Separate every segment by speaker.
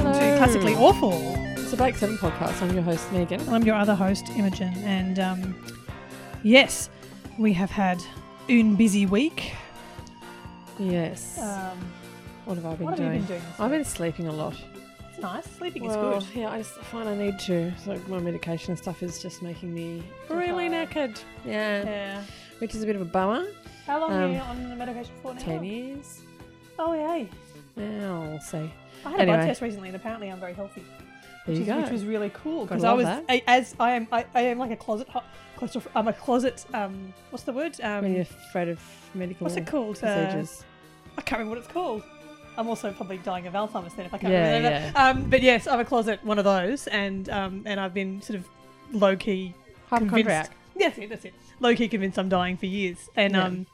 Speaker 1: Uh, awful.
Speaker 2: It's the Blake Seven podcast. I'm your host Megan.
Speaker 1: And I'm your other host, Imogen, and um, yes, we have had un busy week.
Speaker 2: Yes.
Speaker 1: Um,
Speaker 2: Uh, what have I been
Speaker 1: what have
Speaker 2: doing?
Speaker 1: you been doing?
Speaker 2: I've been sleeping a lot.
Speaker 1: It's nice. Sleeping
Speaker 2: Well,
Speaker 1: is good.
Speaker 2: Yeah, I s- find I need to. So my medication and stuff is just making me really
Speaker 1: Tired.
Speaker 2: knackered. Yeah.
Speaker 1: Yeah.
Speaker 2: Which is a bit of a bummer.
Speaker 1: How long are
Speaker 2: Um,
Speaker 1: you on the medication for now?
Speaker 2: Ten years
Speaker 1: Oh yeah.
Speaker 2: now. I'll see.
Speaker 1: I had a
Speaker 2: Anyway.
Speaker 1: blood test recently, and apparently I'm very healthy,
Speaker 2: There
Speaker 1: which,
Speaker 2: you
Speaker 1: is,
Speaker 2: go.
Speaker 1: which was really cool
Speaker 2: Gotta
Speaker 1: because I
Speaker 2: love
Speaker 1: was
Speaker 2: that.
Speaker 1: I, as I am I, I am like a closet ho- claustroph- I'm a closet um what's the word um
Speaker 2: when you're afraid of medical
Speaker 1: what's it called Uh,
Speaker 2: procedures.
Speaker 1: I can't remember what it's called. I'm also probably dying of Alzheimer's then if I can't
Speaker 2: Yeah,
Speaker 1: remember. that. Um, but yes, I'm a closet one of those, and um, and I've been sort of low key.
Speaker 2: Hypochondriac.
Speaker 1: Yes, yeah, that's it. Low key convinced I'm dying for years, and
Speaker 2: Yeah.
Speaker 1: um,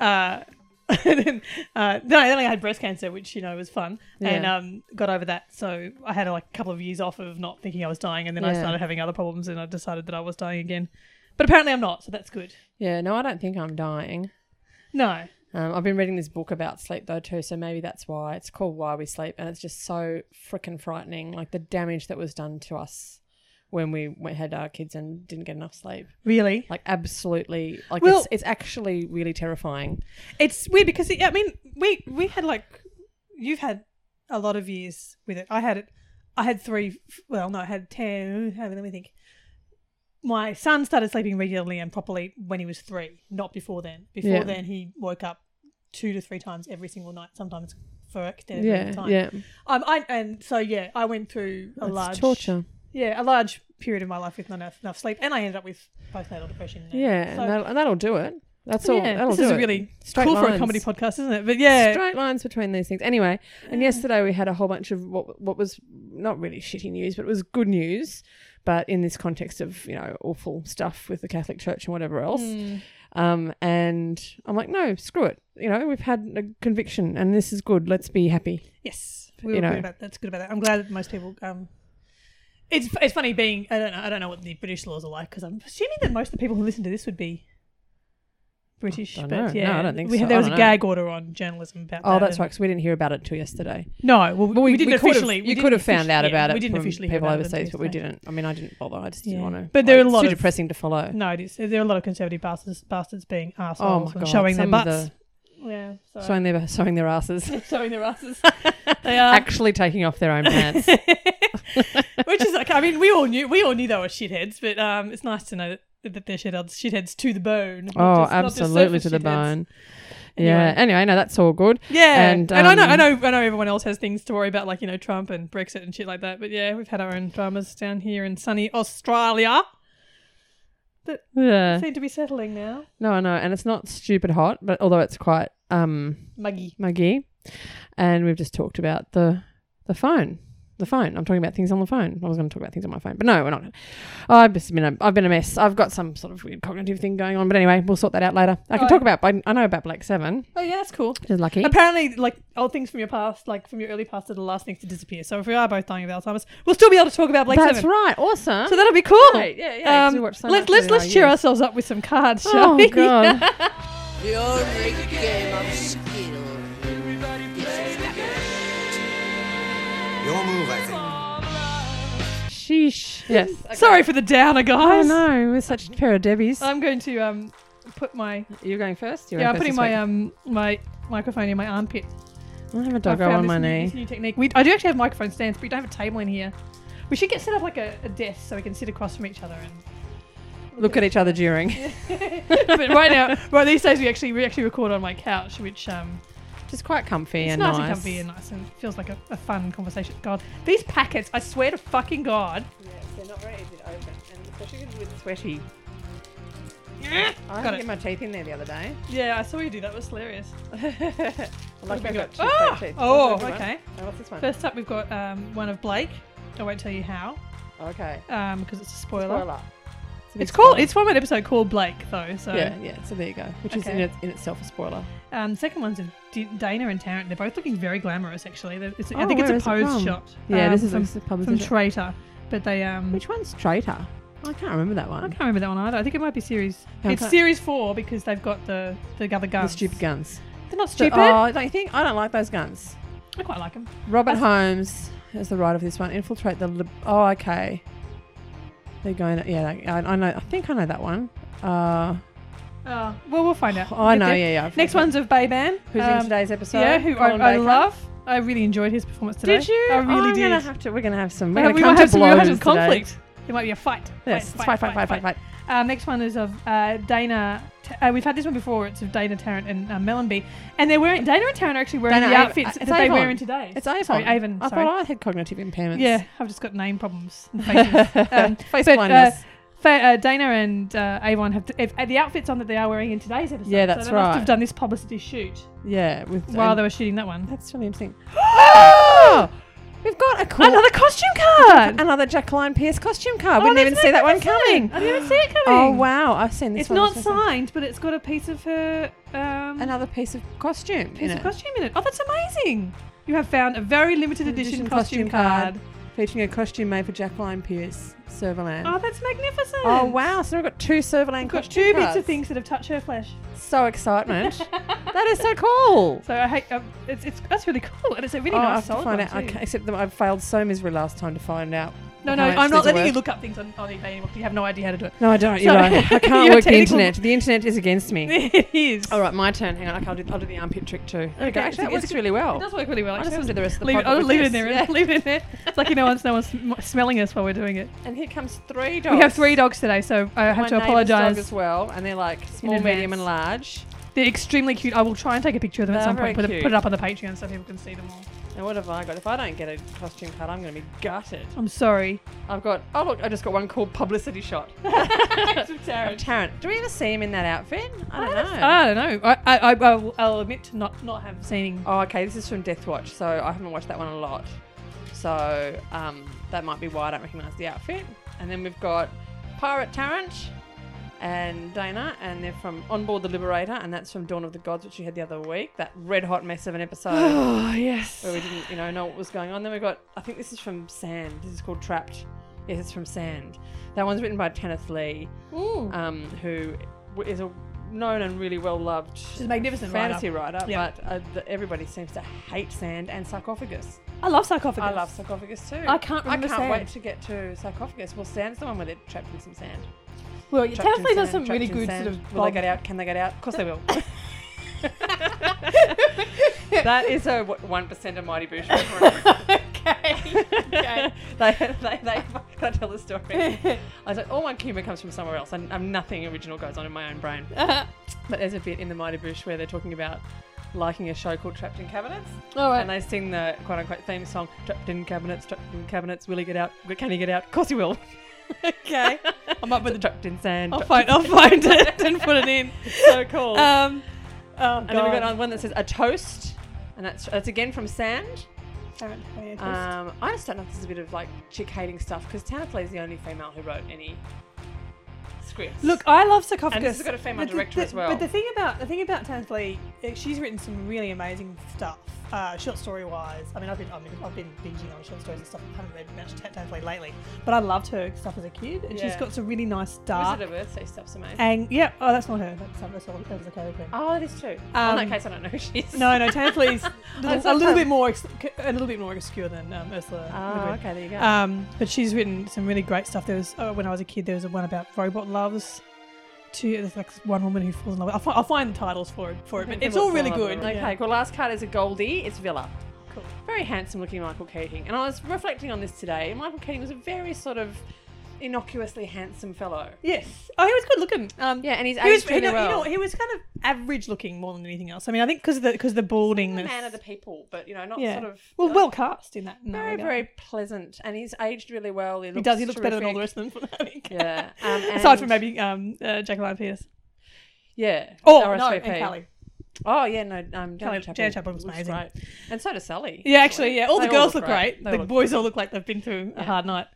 Speaker 1: uh, and then uh, no, then I had breast cancer, which you know was fun, and
Speaker 2: Yeah.
Speaker 1: um, got over that. So I had like a couple of years off of not thinking I was dying, and then I
Speaker 2: Yeah.
Speaker 1: started having other problems, and I decided that I was dying again. But apparently I'm not, so that's good.
Speaker 2: Yeah. No, I don't think I'm dying.
Speaker 1: No,
Speaker 2: Um, I've been reading this book about sleep though too, so maybe that's why it's called Why We Sleep, and it's just so freaking frightening, like the damage that was done to us when we went, had our kids and didn't get enough sleep.
Speaker 1: really.
Speaker 2: Like absolutely, like
Speaker 1: Well-
Speaker 2: it's, it's actually really terrifying.
Speaker 1: It's weird because I mean, we we had like you've had a lot of years with it. I had it. I had three. Well, no, I had ten. Let me think. My son started sleeping regularly and properly when he was three, not before then. Before
Speaker 2: Yeah.
Speaker 1: then, he woke up two to three times every single night, sometimes for extended period
Speaker 2: Yeah,
Speaker 1: of time.
Speaker 2: yeah,
Speaker 1: Um, I and so yeah, I went through a
Speaker 2: it's
Speaker 1: large
Speaker 2: torture.
Speaker 1: Yeah, a large period of my life with not enough, enough sleep, and I ended up with postnatal depression. and-
Speaker 2: Yeah,
Speaker 1: so-
Speaker 2: and, that'll, and that'll do it. That's all.
Speaker 1: yeah,
Speaker 2: that'll
Speaker 1: this
Speaker 2: do
Speaker 1: is
Speaker 2: it.
Speaker 1: really
Speaker 2: Straight
Speaker 1: cool for a
Speaker 2: lines.
Speaker 1: comedy podcast, isn't it? But yeah,
Speaker 2: Straight lines between these things. Anyway, and yesterday we had a whole bunch of what what was not really shitty news, but it was good news. But in this context of you know awful stuff with the Catholic Church and whatever else,
Speaker 1: Mm. Hmm.
Speaker 2: um, and I'm like, no, screw it. You know, we've had a conviction, and this is good. Let's be happy.
Speaker 1: Yes, we
Speaker 2: You
Speaker 1: were
Speaker 2: know.
Speaker 1: good about that's good about that. I'm glad that most people. Um, it's it's funny being I don't know I don't know what the British laws are like because I'm assuming that most of the people who listen to this would be British.
Speaker 2: don't know.
Speaker 1: but
Speaker 2: No,
Speaker 1: yeah,
Speaker 2: I don't think
Speaker 1: we,
Speaker 2: so.
Speaker 1: There
Speaker 2: I
Speaker 1: was a
Speaker 2: don't know.
Speaker 1: gag order on journalism about.
Speaker 2: Oh,
Speaker 1: that
Speaker 2: that's right, 'cause we didn't hear about it till yesterday.
Speaker 1: No, well, we,
Speaker 2: Well,
Speaker 1: we didn't
Speaker 2: could have-
Speaker 1: officially. we
Speaker 2: you
Speaker 1: didn't
Speaker 2: could have found
Speaker 1: offici-
Speaker 2: out
Speaker 1: yeah,
Speaker 2: about it.
Speaker 1: We didn't
Speaker 2: from
Speaker 1: officially hear
Speaker 2: people
Speaker 1: about it
Speaker 2: overseas, but we
Speaker 1: until
Speaker 2: didn't. I mean, I didn't bother. I just didn't
Speaker 1: Yeah.
Speaker 2: want to.
Speaker 1: But there are a
Speaker 2: it's
Speaker 1: lot
Speaker 2: too
Speaker 1: of-
Speaker 2: depressing to follow.
Speaker 1: No, it is. There are a lot of conservative bastards, bastards being
Speaker 2: oh
Speaker 1: assholes
Speaker 2: my god,
Speaker 1: and showing their
Speaker 2: some of
Speaker 1: butts. yeah,
Speaker 2: the-
Speaker 1: so.
Speaker 2: showing their showing their asses.
Speaker 1: showing their asses. they are.
Speaker 2: actually taking off their own pants.
Speaker 1: Which is like, I mean, we all knew we all knew they were shitheads, but um, it's nice to know that, that they're shitheads, shitheads to the bone. not
Speaker 2: oh,
Speaker 1: just- not just
Speaker 2: absolutely
Speaker 1: surface
Speaker 2: to the
Speaker 1: shitheads.
Speaker 2: bone. Yeah.
Speaker 1: Anyway.
Speaker 2: Anyway, no, that's all good.
Speaker 1: Yeah, and,
Speaker 2: And,
Speaker 1: I know, I
Speaker 2: um,
Speaker 1: know, I know, everyone else has things to worry about, like you know, Trump and Brexit and shit like that. But yeah, we've had our own dramas down here in sunny Australia.
Speaker 2: Yeah.
Speaker 1: Seem to be settling now.
Speaker 2: No, I know, and it's not stupid hot, but although it's quite um
Speaker 1: Muggy.
Speaker 2: muggy, and we've just talked about the the phone. The phone. I'm talking about things on the phone. I was going to talk about things on my phone, but no, we're not. I've just been a, I've been a mess. I've got some sort of weird cognitive thing going on, but anyway, we'll sort that out later. I can
Speaker 1: Oh,
Speaker 2: talk about. I, I know about Black Seven,
Speaker 1: Oh yeah, that's cool.
Speaker 2: which is lucky.
Speaker 1: Apparently, like old things from your past, like from your early past, are the last things to disappear. So if we are both dying of Alzheimer's, we'll still be able to talk about Blake
Speaker 2: That's
Speaker 1: Seven.
Speaker 2: right. Awesome.
Speaker 1: So that'll be cool.
Speaker 2: Right, yeah, yeah, 'cause we watched so
Speaker 1: let's
Speaker 2: much
Speaker 1: let's
Speaker 2: in
Speaker 1: let's
Speaker 2: our
Speaker 1: cheer
Speaker 2: youth.
Speaker 1: ourselves up with some cards, shall
Speaker 2: oh
Speaker 1: we?
Speaker 2: god.
Speaker 3: The only game of skill. is snooker.
Speaker 4: Your move, I think.
Speaker 2: Sheesh. Yes.
Speaker 1: Sorry for the downer,
Speaker 2: I
Speaker 1: guys.
Speaker 2: know. We're such a pair of debbies.
Speaker 1: I'm going to um put my
Speaker 2: You're going first. You're
Speaker 1: yeah, I'm putting
Speaker 2: going first
Speaker 1: my
Speaker 2: this
Speaker 1: um my microphone in my armpit.
Speaker 2: week. I have a
Speaker 1: I
Speaker 2: doggo
Speaker 1: found
Speaker 2: on
Speaker 1: this
Speaker 2: my
Speaker 1: new,
Speaker 2: knee.
Speaker 1: This new technique. We I do actually have microphone stands, but we don't have a table in here. We should get set up like a, a desk so we can sit across from each other. And
Speaker 2: Look at each other during.
Speaker 1: but right now, right these days we actually we actually record on my couch, which um
Speaker 2: Just quite comfy
Speaker 1: It's
Speaker 2: and
Speaker 1: nice,
Speaker 2: nice.
Speaker 1: and comfy and nice and feels like a, a fun conversation. God, these packets, I swear to fucking God.
Speaker 2: Yes, they're not very easy to open, and especially with sweaty. I
Speaker 1: Got
Speaker 2: had to
Speaker 1: it.
Speaker 2: get my teeth in there the other day.
Speaker 1: Yeah, I saw you do that. It was hilarious.
Speaker 2: I'm lucky I've got two
Speaker 1: Ah!
Speaker 2: fake teeth.
Speaker 1: Oh,
Speaker 2: What's the other
Speaker 1: okay.
Speaker 2: one? Oh, what's this one?
Speaker 1: First up, we've got um, one of Blake. I won't tell you how
Speaker 2: okay.
Speaker 1: because it's a spoiler.
Speaker 2: Spoiler. a big
Speaker 1: It's called.
Speaker 2: spoiler.
Speaker 1: It's from an episode called Blake, though. So,
Speaker 2: yeah, yeah. So there you go, which is in,
Speaker 1: Okay.
Speaker 2: it, in itself a spoiler.
Speaker 1: um, the second one's of D- Dana and Tarrant. They're both looking very glamorous, actually. They're- It's, I
Speaker 2: Oh,
Speaker 1: think it's
Speaker 2: where
Speaker 1: a
Speaker 2: is it
Speaker 1: pose
Speaker 2: from?
Speaker 1: shot.
Speaker 2: Yeah,
Speaker 1: um,
Speaker 2: this is
Speaker 1: from,
Speaker 2: a public.
Speaker 1: from Traitor, but they um,
Speaker 2: Which one's traitor? I can't remember that
Speaker 1: I
Speaker 2: one.
Speaker 1: can't remember that one either. I think it might be series.
Speaker 2: Okay.
Speaker 1: It's series four because they've got the the other
Speaker 2: The
Speaker 1: guns.
Speaker 2: stupid guns.
Speaker 1: They're not
Speaker 2: So-
Speaker 1: stupid.
Speaker 2: Oh, don't you think? I don't like those guns.
Speaker 1: I quite like them.
Speaker 2: Robert
Speaker 1: That's-
Speaker 2: Holmes. as the writer of this one. Infiltrate the. Lib- oh, okay. They're going. To, yeah, I, I know. I think I know that one. Uh,
Speaker 1: Oh, well, we'll find out.
Speaker 2: oh, I
Speaker 1: We'll get
Speaker 2: know.
Speaker 1: there.
Speaker 2: Yeah, yeah. I've-
Speaker 1: Next one's of Bayban.
Speaker 2: Who's in
Speaker 1: um,
Speaker 2: today's episode?
Speaker 1: Yeah, who I,
Speaker 2: Colin
Speaker 1: I
Speaker 2: Baker.
Speaker 1: love. I really enjoyed his performance today.
Speaker 2: Did you? Oh,
Speaker 1: I really
Speaker 2: am
Speaker 1: did.
Speaker 2: Gonna have to, we're gonna have some.
Speaker 1: We
Speaker 2: We're gonna
Speaker 1: we
Speaker 2: come
Speaker 1: might
Speaker 2: to
Speaker 1: have some, we might have
Speaker 2: blows
Speaker 1: some
Speaker 2: today.
Speaker 1: conflict. There might be a fight.
Speaker 2: Yes, it's fight, fight, fight, fight, fight.
Speaker 1: Um, next one is of uh, Dana. T- uh, we've had this one before. It's of Dana Tarrant and uh, Melonby, and they're wearing Dana and Tarrant are actually wearing
Speaker 2: Dana
Speaker 1: the
Speaker 2: Av-
Speaker 1: outfits
Speaker 2: it's
Speaker 1: that they
Speaker 2: Avon.
Speaker 1: wear in today.
Speaker 2: It's Avon.
Speaker 1: Sorry, Avon.
Speaker 2: I
Speaker 1: sorry.
Speaker 2: thought I had cognitive impairments.
Speaker 1: yeah, I've just got name problems. and faces. um,
Speaker 2: face
Speaker 1: but, uh,
Speaker 2: blindness.
Speaker 1: fa- uh, Dana and uh, Avon have t- if, uh, the outfits on that they are wearing in today's episode.
Speaker 2: Yeah,
Speaker 1: so
Speaker 2: that's
Speaker 1: they Must have
Speaker 2: right.
Speaker 1: done this publicity shoot
Speaker 2: yeah, with
Speaker 1: while
Speaker 2: and-
Speaker 1: they were shooting that one.
Speaker 2: that's really interesting. oh, we've got a cool,
Speaker 1: Another costume card.
Speaker 2: another Jacqueline Pierce costume card.
Speaker 1: Oh,
Speaker 2: we didn't even
Speaker 1: that's
Speaker 2: see that one
Speaker 1: magnificent.
Speaker 2: coming.
Speaker 1: I didn't even see it coming.
Speaker 2: Oh wow, I've seen this.
Speaker 1: It's
Speaker 2: one.
Speaker 1: not
Speaker 2: It's awesome.
Speaker 1: signed, but it's got a piece of her um,
Speaker 2: Another piece of costume. in
Speaker 1: piece of
Speaker 2: it.
Speaker 1: costume in it. Oh, that's amazing! You have found a very limited edition,
Speaker 2: Edition
Speaker 1: costume,
Speaker 2: costume
Speaker 1: card.
Speaker 2: featuring a costume made for Jacqueline Pierce, Serverland.
Speaker 1: Oh, that's magnificent!
Speaker 2: Oh wow! So we've got two Serverland
Speaker 1: I've got
Speaker 2: costume
Speaker 1: two bits
Speaker 2: cards.
Speaker 1: of things that have touched her flesh.
Speaker 2: So excitement! that is so cool.
Speaker 1: So I hate. Um, it's, it's that's really cool, and it's a really
Speaker 2: oh,
Speaker 1: nice
Speaker 2: I have to
Speaker 1: solid
Speaker 2: find
Speaker 1: one
Speaker 2: out. I
Speaker 1: too.
Speaker 2: ca- except that I failed so miserably last time to find out.
Speaker 1: No,
Speaker 2: how
Speaker 1: no,
Speaker 2: much
Speaker 1: I'm not
Speaker 2: these are
Speaker 1: letting you
Speaker 2: worth.
Speaker 1: look up things on, on eBay anymore. 'cause You have no idea how to do it.
Speaker 2: No, I don't. You
Speaker 1: So-
Speaker 2: know, I can't
Speaker 1: You're
Speaker 2: work the
Speaker 1: technical-
Speaker 2: internet. The internet is against me.
Speaker 1: it is.
Speaker 2: All right, my turn. Hang on. Okay, I'll do, I'll do the armpit trick too. There we
Speaker 1: Okay,
Speaker 2: go.
Speaker 1: I
Speaker 2: Actually,
Speaker 1: think
Speaker 2: it
Speaker 1: it's
Speaker 2: works
Speaker 1: good.
Speaker 2: really well.
Speaker 1: It does work really well.
Speaker 2: I just
Speaker 1: actually.
Speaker 2: want to do the rest of the
Speaker 1: leave it,
Speaker 2: pod
Speaker 1: I'll
Speaker 2: with
Speaker 1: leave it in
Speaker 2: this.
Speaker 1: there.
Speaker 2: Yeah.
Speaker 1: Leave it in there. It's like you know, once no one's sm- smelling us while we're doing it.
Speaker 2: And here comes three dogs.
Speaker 1: We have three dogs today, so I have
Speaker 2: My
Speaker 1: to
Speaker 2: neighbour's
Speaker 1: apologise.
Speaker 2: Dog as well, and they're like small,
Speaker 1: advance.
Speaker 2: medium, and large.
Speaker 1: They're extremely cute. I will try and take a picture of them at
Speaker 2: They
Speaker 1: some
Speaker 2: are
Speaker 1: point. Put
Speaker 2: very
Speaker 1: it,
Speaker 2: cute.
Speaker 1: put it up on the Patreon so people can see them all.
Speaker 2: Now what have I got? If I don't get a costume card, I'm going to be gutted.
Speaker 1: I'm sorry.
Speaker 2: I've got. Oh look, I just got one called publicity shot. Tarrant. Tarrant. Do we ever see him in that outfit? I don't know.
Speaker 1: I don't know. I, I, I, I will, I'll admit to not, not have seen. him.
Speaker 2: Oh, okay. This is from Death Watch, so I haven't watched that one a lot. So um, that might be why I don't recognise the outfit. And then we've got Pirate Tarrant and Dana, and they're from On Board the Liberator, and that's from Dawn of the Gods, which we had the other week. That red hot mess of an episode
Speaker 1: Oh yes.
Speaker 2: where we didn't, you know, know what was going on. Then we got. I think this is from Sand. This is called Trapped. Yes, it's from Sand. That one's written by Kenneth Lee,
Speaker 1: Ooh.
Speaker 2: um, who w- is a known and really well loved
Speaker 1: She's a magnificent
Speaker 2: fantasy
Speaker 1: writer.
Speaker 2: writer,
Speaker 1: Yeah.
Speaker 2: but uh, the, everybody seems to hate sand and sarcophagus.
Speaker 1: I love sarcophagus.
Speaker 2: I love sarcophagus too.
Speaker 1: I can't remember
Speaker 2: I can't
Speaker 1: Sand.
Speaker 2: wait to get to sarcophagus. Well, sand's the one where they're trapped in some sand.
Speaker 1: Well, yeah,
Speaker 2: Trapped in
Speaker 1: Towsley does some
Speaker 2: sand,
Speaker 1: really
Speaker 2: trapped in
Speaker 1: good sort
Speaker 2: sand.
Speaker 1: of.
Speaker 2: Will they
Speaker 1: Bob.
Speaker 2: get out? Can they get out? Of course they will. that is a what, one percent of Mighty Boosh. okay.
Speaker 1: okay.
Speaker 2: they, they, they, can I tell the story? I was like, all my humour comes from somewhere else. and and nothing original goes on in my own brain.
Speaker 1: Uh-huh.
Speaker 2: But there's a bit in the Mighty Boosh where they're talking about liking a show called Trapped in Cabinets.
Speaker 1: All right.
Speaker 2: And they sing the quote unquote theme song, Trapped in Cabinets, Trapped in Cabinets, will he get out? Can he get out? Of course he will.
Speaker 1: okay.
Speaker 2: I'm up with the Trapped in Sand.
Speaker 1: I'll
Speaker 2: trapped
Speaker 1: find. I'll find it and put it in.
Speaker 2: in- so cool.
Speaker 1: Um. Oh,
Speaker 2: and then we've got one that says A Toast, and that's, that's again from Sand. Um, I just don't know if this is a bit of like chick hating stuff because Tanaklee is the only female who wrote any scripts.
Speaker 1: Look, I love sarcophagus.
Speaker 2: And this has got a female
Speaker 1: But the-
Speaker 2: director
Speaker 1: the-
Speaker 2: as well.
Speaker 1: But the thing about the thing about Tansley, she's written some really amazing stuff, uh, short story wise. I mean, I've been I've been, I've been binging on short stories and stuff. I haven't read much Ta- Tansley lately, but I loved her stuff as a kid, and she's
Speaker 2: Yeah.
Speaker 1: got some really nice dark.
Speaker 2: Wizard of Earth, so stuff's amazing.
Speaker 1: And yeah, oh, that's not her. That's that's, all, that's the character.
Speaker 2: oh, that is true.
Speaker 1: Um,
Speaker 2: well, in that case, I don't know who she is.
Speaker 1: No, no, Tansley's little, a little
Speaker 2: sometimes-
Speaker 1: bit more ex- a little bit more obscure than um, Ursula. Le
Speaker 2: Oh,
Speaker 1: Guin.
Speaker 2: okay, there you go.
Speaker 1: Um, but she's written some really great stuff. There was uh, when I was a kid, there was one about robot loves. Two, there's like one woman who falls in love. With, I'll, fi- I'll find the titles for it for it, but it's all really good.
Speaker 2: Okay,
Speaker 1: Yeah.
Speaker 2: cool. Last card is a Goldie. It's Villa.
Speaker 1: Cool.
Speaker 2: Very handsome looking Michael Keating. And I was reflecting on this today. Michael Keating was a very sort of innocuously handsome fellow.
Speaker 1: Yes. Oh, he was good looking. Um,
Speaker 2: Yeah, and he's
Speaker 1: he was.
Speaker 2: aged
Speaker 1: You
Speaker 2: really
Speaker 1: know, you
Speaker 2: well.
Speaker 1: know, he was kind of average looking more than anything else. I mean, I think because the because the balding.
Speaker 2: the man of the people, but you know, not
Speaker 1: yeah.
Speaker 2: sort of
Speaker 1: well, well cast in that. in that
Speaker 2: very,
Speaker 1: regard.
Speaker 2: very pleasant. And he's aged really well. He, looks
Speaker 1: He does. He looks better than all the
Speaker 2: terrific.
Speaker 1: rest of them. I think.
Speaker 2: Yeah. Um,
Speaker 1: Aside from
Speaker 2: and-
Speaker 1: maybe um, uh, Jacqueline Pierce.
Speaker 2: Yeah.
Speaker 1: Oh no,
Speaker 2: RSVP.
Speaker 1: and Callie.
Speaker 2: Oh yeah, no, um,
Speaker 1: Kelly-
Speaker 2: Janet
Speaker 1: Janet Chapel was amazing.
Speaker 2: and so does Sally.
Speaker 1: Yeah, actually, yeah. All
Speaker 2: They
Speaker 1: the
Speaker 2: all
Speaker 1: girls
Speaker 2: look
Speaker 1: look great.
Speaker 2: They
Speaker 1: The
Speaker 2: look
Speaker 1: boys all look like they've been through a
Speaker 2: Yeah.
Speaker 1: hard night.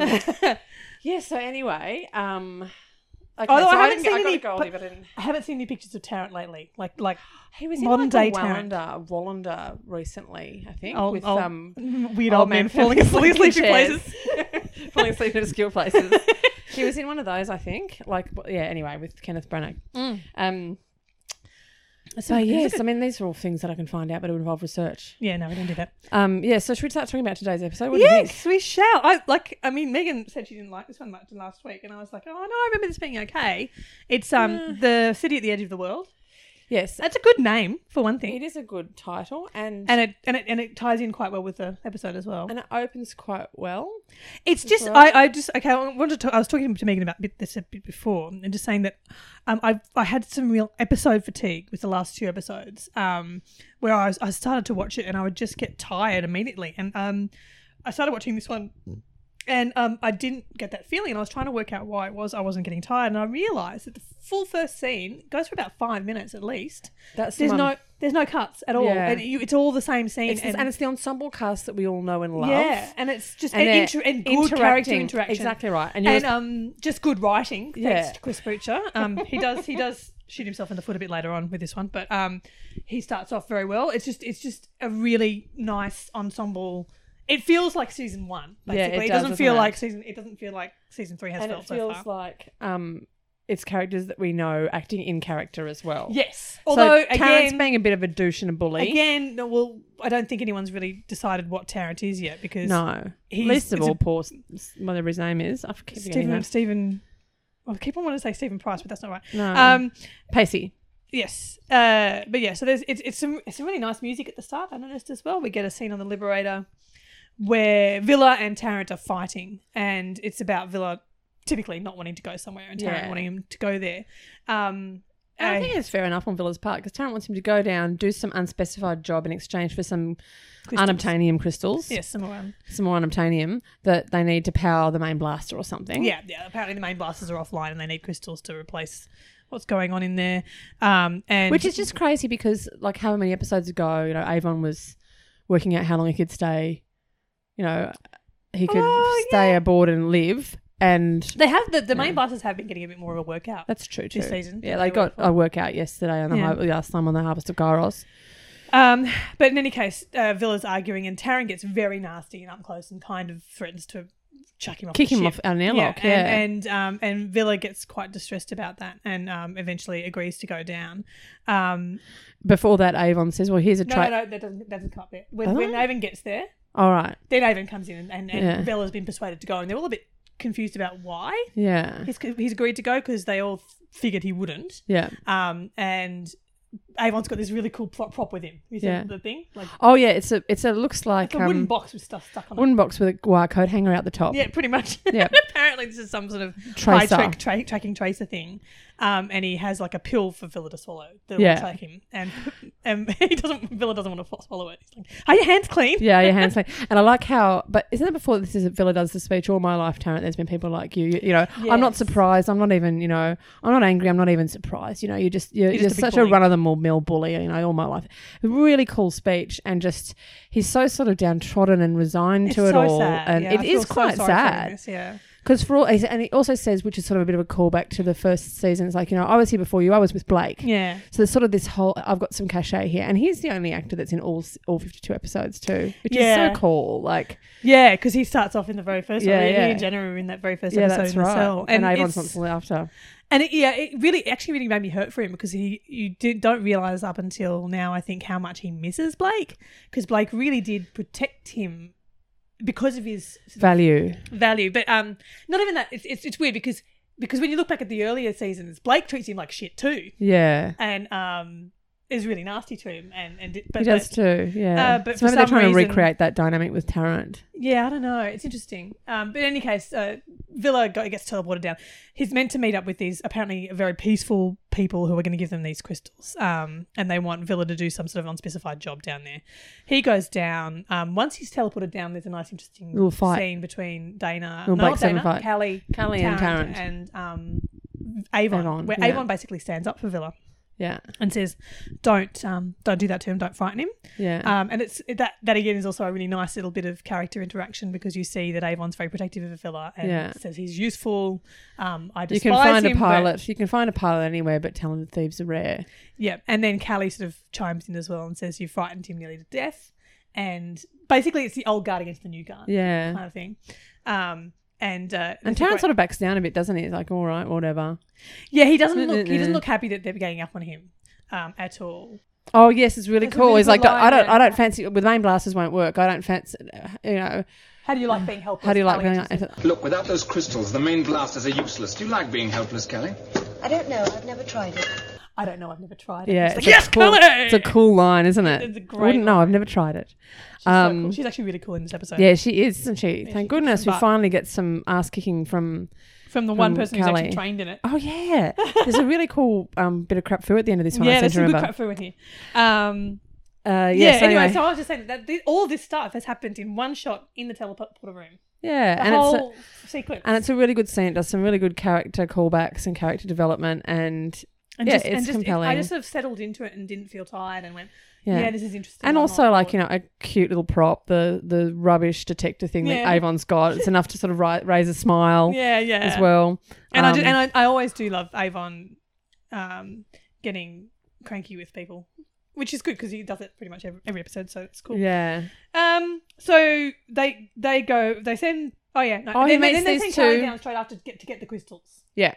Speaker 2: yeah. So anyway, um, okay,
Speaker 1: Although
Speaker 2: so
Speaker 1: I haven't
Speaker 2: didn't get-
Speaker 1: seen
Speaker 2: I got
Speaker 1: any-
Speaker 2: a Goldie,
Speaker 1: but-
Speaker 2: but I didn't-
Speaker 1: I haven't seen any pictures of Tarrant lately. Like, like
Speaker 2: he was
Speaker 1: Modern
Speaker 2: in like,
Speaker 1: day
Speaker 2: a
Speaker 1: Tarrant.
Speaker 2: Wallander, Wallander recently, I think,
Speaker 1: old,
Speaker 2: with
Speaker 1: old-
Speaker 2: um,
Speaker 1: weird old, men falling asleep,
Speaker 2: in
Speaker 1: sleeping Oh, places.
Speaker 2: chairs. falling asleep in obscure places. he was in one of those, I think. Like, w- yeah. Anyway, with Kenneth Branagh. Um, Mm. So yes, I mean these are all things that I can find out, but it would involve research.
Speaker 1: Yeah, no, we don't do that.
Speaker 2: Um, yeah, so should we start talking about today's episode? What do you think?
Speaker 1: yes, we shall. I like. I mean, Megan said she didn't like this one much last week, and I was like, oh no, I remember this being okay. It's um the city at the edge of the world.
Speaker 2: Yes,
Speaker 1: That's a good name for one
Speaker 2: it
Speaker 1: thing,
Speaker 2: is a good title, and
Speaker 1: and it and it and it ties in quite well with the episode as well.
Speaker 2: and it opens quite well.
Speaker 1: It's just
Speaker 2: right.
Speaker 1: I, I just okay. I wanted to. I was talking to Megan about bit- this a bit before, and just saying that um, I I had some real episode fatigue with the last two episodes, um, where I was, I started to watch it and I would just get tired immediately, and um, I started watching this one, and um, I didn't get that feeling, and I was trying to work out why it was I wasn't getting tired, and I realised that the full first scene goes for about five minutes at least.
Speaker 2: That's
Speaker 1: There's
Speaker 2: the one.
Speaker 1: no there's no cuts at all,
Speaker 2: Yeah.
Speaker 1: and you, it's all the same scene,
Speaker 2: It's this- and, it's the ensemble cast that we all know and love.
Speaker 1: yeah, and it's just
Speaker 2: And
Speaker 1: and, inter-
Speaker 2: they're
Speaker 1: and good character
Speaker 2: interacting.
Speaker 1: interaction,
Speaker 2: Exactly right. And, uh, you're
Speaker 1: and
Speaker 2: just-
Speaker 1: um, just good writing. Thanks
Speaker 2: Yeah.
Speaker 1: to Chris Butcher. Um, he does he does shoot himself in the foot a bit later on with this one, but um, he starts off very well. It's just it's just a really nice ensemble. It feels like season one.
Speaker 2: Yeah, it
Speaker 1: Basically, it,
Speaker 2: does,
Speaker 1: doesn't
Speaker 2: doesn't
Speaker 1: feel
Speaker 2: it?
Speaker 1: like season. It doesn't feel like season three has
Speaker 2: and
Speaker 1: felt
Speaker 2: it
Speaker 1: so
Speaker 2: feels
Speaker 1: far.
Speaker 2: like um, it's characters that we know acting in character as well.
Speaker 1: yes,
Speaker 2: So
Speaker 1: although
Speaker 2: Tarrant's
Speaker 1: again,
Speaker 2: being a bit of a douche and a bully.
Speaker 1: again, no, well, I don't think anyone's really decided what Tarrant is yet because
Speaker 2: no,
Speaker 1: he's-
Speaker 2: least of
Speaker 1: it's
Speaker 2: all,
Speaker 1: a-
Speaker 2: poor S- whatever his name is. I keep forgetting
Speaker 1: Stephen
Speaker 2: that.
Speaker 1: Stephen. well, I keep on wanting to say Stephen Price, but that's not right.
Speaker 2: No,
Speaker 1: Um,
Speaker 2: Pacey.
Speaker 1: Yes, uh, but yeah. So there's it's it's some it's some really nice music at the start. I noticed as well. We get a scene on the Liberator where Villa and Tarrant are fighting, and it's about Villa typically not wanting to go somewhere and Tarrant
Speaker 2: Yeah.
Speaker 1: wanting him to go there. Um,
Speaker 2: And I
Speaker 1: uh,
Speaker 2: think it's fair enough on Villa's part because Tarrant wants him to go down, do some unspecified job in exchange for some
Speaker 1: crystals.
Speaker 2: unobtainium crystals,
Speaker 1: Yes, some around.
Speaker 2: some more unobtainium that they need to power the main blaster or something.
Speaker 1: Yeah, yeah. Apparently the main blasters are offline, and they need crystals to replace what's going on in there. Um, and
Speaker 2: Which is just crazy because, like, how many episodes ago, you know, Avon was working out how long he could stay. You know, he could
Speaker 1: Oh,
Speaker 2: stay aboard and live, and
Speaker 1: they have the the main blasters have been getting a bit more of a workout.
Speaker 2: that's true too.
Speaker 1: This season,
Speaker 2: yeah,
Speaker 1: that
Speaker 2: they
Speaker 1: they
Speaker 2: got
Speaker 1: worked for.
Speaker 2: a workout yesterday on the
Speaker 1: Yeah.
Speaker 2: har- last time on the Harvest of Gyros.
Speaker 1: Um, but in any case, uh, Villa's arguing, and Taryn gets very nasty and up close and kind of threatens to chuck him off.
Speaker 2: Kick
Speaker 1: the
Speaker 2: him
Speaker 1: ship.
Speaker 2: off our airlock, yeah.
Speaker 1: Oh, And, and um, and Villa gets quite distressed about that, and um, eventually agrees to go down. Um,
Speaker 2: Before that, Avon says, "Well, here's a
Speaker 1: no,
Speaker 2: try."
Speaker 1: no, no, that doesn't that doesn't come up there. When,
Speaker 2: Oh.
Speaker 1: when Avon gets there,
Speaker 2: All right,
Speaker 1: then Avon comes in, and, and, and
Speaker 2: Yeah.
Speaker 1: Villa's been persuaded to go, and they're all a bit confused about why
Speaker 2: yeah,
Speaker 1: he's he's agreed to go because they all figured he wouldn't.
Speaker 2: yeah.
Speaker 1: Um, and Avon's got this really cool prop, prop with him. Is
Speaker 2: Yeah.
Speaker 1: yeah. the thing like.
Speaker 2: Oh yeah, it's a it's a looks like,
Speaker 1: It's a wooden
Speaker 2: um,
Speaker 1: box with stuff stuck on it.
Speaker 2: wooden box with a wire code hanger out the top.
Speaker 1: Yeah, pretty much.
Speaker 2: Yeah.
Speaker 1: Apparently, this is some sort of
Speaker 2: Tracer.
Speaker 1: high track tra- tracking tracer thing. Um, and he has like a pill for Villa to swallow that
Speaker 2: Yeah.
Speaker 1: will track him. And um, he doesn't. Villa doesn't want to swallow it. He's like, "Are your hands clean?"
Speaker 2: Yeah, your hands like, and I like how. But isn't it before this is Villa does the speech? All my life, Tarrant, there's been people like you. You, you know, I'm not
Speaker 1: Yes.
Speaker 2: surprised. I'm not even, you know, I'm not angry. I'm not even surprised. You know, you're just you're,
Speaker 1: You're just
Speaker 2: you're
Speaker 1: a big
Speaker 2: such a
Speaker 1: bully.
Speaker 2: run of the mill bully. You know, all my life. Really cool speech, and just he's so sort of downtrodden and resigned to it all, and
Speaker 1: Yeah, I
Speaker 2: it
Speaker 1: feel
Speaker 2: is
Speaker 1: so
Speaker 2: quite
Speaker 1: sorry for him in
Speaker 2: sad
Speaker 1: this, Yeah.
Speaker 2: because for all and he also says, which is sort of a bit of a callback to the first season. It's like you know, I was here before you. I was with Blake.
Speaker 1: Yeah.
Speaker 2: So there's sort of this whole I've got some cachet here, and he's the only actor that's in all s- all 52 episodes too, which
Speaker 1: Yeah.
Speaker 2: is so cool. Like,
Speaker 1: Yeah, because he starts off in the very first
Speaker 2: Yeah,
Speaker 1: one.
Speaker 2: yeah.
Speaker 1: He and Jenna are in that very first
Speaker 2: yeah,
Speaker 1: episode
Speaker 2: that's
Speaker 1: in the
Speaker 2: right.
Speaker 1: cell.
Speaker 2: And, Avon's
Speaker 1: it's-
Speaker 2: not till after.
Speaker 1: And it, yeah, it really actually really made me hurt for him because he you did, don't realize up until now I think how much he misses Blake because Blake really did protect him because of his
Speaker 2: Value.
Speaker 1: value. But um, not even that. It's it's, it's weird because because when you look back at the earlier seasons, Blake treats him like shit too,
Speaker 2: Yeah.
Speaker 1: and um, is really nasty to him. And and but,
Speaker 2: he does
Speaker 1: but-
Speaker 2: too. Yeah.
Speaker 1: uh, but for
Speaker 2: so maybe they're
Speaker 1: some
Speaker 2: trying
Speaker 1: reason-
Speaker 2: to recreate that dynamic with Tarrant.
Speaker 1: Yeah, I don't know. It's interesting. Um, but in any case, uh, Villa go gets teleported down. He's meant to meet up with these apparently very peaceful people who are going to give them these crystals. Um, and they want Villa to do some sort of unspecified job down there. He goes down. Um, once he's teleported down, there's a nice, interesting
Speaker 2: Little fight.
Speaker 1: scene between Dana,
Speaker 2: Little
Speaker 1: no,
Speaker 2: Black
Speaker 1: not
Speaker 2: Seven
Speaker 1: Dana,
Speaker 2: fight.
Speaker 1: Callie,
Speaker 2: Callie and Tarrant.
Speaker 1: and um, Avon,
Speaker 2: Avon,
Speaker 1: where
Speaker 2: yeah.
Speaker 1: Avon basically stands up for Villa
Speaker 2: Yeah.
Speaker 1: and says, "Don't, um, don't do that to him. Don't frighten him."
Speaker 2: Yeah.
Speaker 1: Um, and it's that that again is also a really nice little bit of character interaction because you see that Avon's very protective of Villa and
Speaker 2: Yeah.
Speaker 1: says he's useful. Um, I
Speaker 2: you
Speaker 1: despise
Speaker 2: can find
Speaker 1: him,
Speaker 2: a
Speaker 1: but-
Speaker 2: pilot. You can find a pilot anywhere, but talented thieves are rare.
Speaker 1: yeah, and then Callie sort of chimes in as well and says you frightened him nearly to death, and basically it's the old guard against the new guard
Speaker 2: Yeah.
Speaker 1: kind of thing. Um, and uh,
Speaker 2: and
Speaker 1: it's a
Speaker 2: Tarrant
Speaker 1: great-
Speaker 2: sort of backs down a bit, doesn't he? He's like, all right, whatever.
Speaker 1: yeah, he doesn't look he
Speaker 2: Mm-mm-mm.
Speaker 1: doesn't look happy that they're ganging up on him. um, at all.
Speaker 2: Oh yes, it's really
Speaker 1: It's a
Speaker 2: cool.
Speaker 1: really
Speaker 2: He's
Speaker 1: good
Speaker 2: like, I
Speaker 1: line,
Speaker 2: don't,
Speaker 1: yeah.
Speaker 2: I don't fancy with lane blasters won't work. I don't fancy, you know,
Speaker 1: How do you like being helpless?
Speaker 2: how do you like being?
Speaker 1: Ellie?
Speaker 5: Look, without those crystals, the main blasters are useless. Do you like being helpless, Kelly?
Speaker 6: I don't know. I've never tried it.
Speaker 1: I don't know. I've never tried it.
Speaker 2: Yeah,
Speaker 1: It's like,
Speaker 2: a
Speaker 1: yes,
Speaker 2: cool,
Speaker 1: Kelly!
Speaker 2: It's a cool line, isn't it?
Speaker 1: It's a
Speaker 2: I
Speaker 1: great
Speaker 2: wouldn't know. I've never tried it.
Speaker 1: She's, so
Speaker 2: um,
Speaker 1: cool. She's actually really cool in this episode.
Speaker 2: Yeah, she is, isn't she?
Speaker 1: she
Speaker 2: Thank
Speaker 1: kicks
Speaker 2: goodness
Speaker 1: some
Speaker 2: we
Speaker 1: butt.
Speaker 2: finally get some ass kicking from.
Speaker 1: From the one
Speaker 2: From
Speaker 1: person who's
Speaker 2: Kelly.
Speaker 1: actually trained in it.
Speaker 2: Oh yeah, there's a really cool um, bit of crap foo at the end of this one. I
Speaker 1: yeah,
Speaker 2: seem
Speaker 1: there's
Speaker 2: to
Speaker 1: some good
Speaker 2: remember.
Speaker 1: crap food in here. Um,
Speaker 2: Uh,
Speaker 1: yeah,
Speaker 2: yes,
Speaker 1: anyway, so I was just saying that the, all this stuff has happened in one shot in the teleporter room.
Speaker 2: yeah,
Speaker 1: The
Speaker 2: and it's a-
Speaker 1: whole sequence.
Speaker 2: and it's a really good scene. It does some really good character callbacks and character development, and
Speaker 1: And
Speaker 2: yeah,
Speaker 1: just,
Speaker 2: it's
Speaker 1: and just,
Speaker 2: compelling.
Speaker 1: I just sort of settled into it and didn't feel tired and went,
Speaker 2: yeah.
Speaker 1: yeah, this is interesting.
Speaker 2: and
Speaker 1: I'm
Speaker 2: also
Speaker 1: not
Speaker 2: like you
Speaker 1: bored."
Speaker 2: know a cute little prop the the rubbish detector thing
Speaker 1: Yeah.
Speaker 2: that avon's got it's enough to sort of ri- raise a smile
Speaker 1: yeah, yeah,
Speaker 2: as well
Speaker 1: And I
Speaker 2: Um,
Speaker 1: do, and I, I always do love Avon um, getting cranky with people, which is good because he does it pretty much every, every episode, so it's cool.
Speaker 2: yeah
Speaker 1: Um, so they they go they send oh yeah no,
Speaker 2: Oh, he
Speaker 1: they,
Speaker 2: meets
Speaker 1: then they
Speaker 2: these
Speaker 1: send Charlie
Speaker 2: two.
Speaker 1: down straight after to get to get the crystals.
Speaker 2: yeah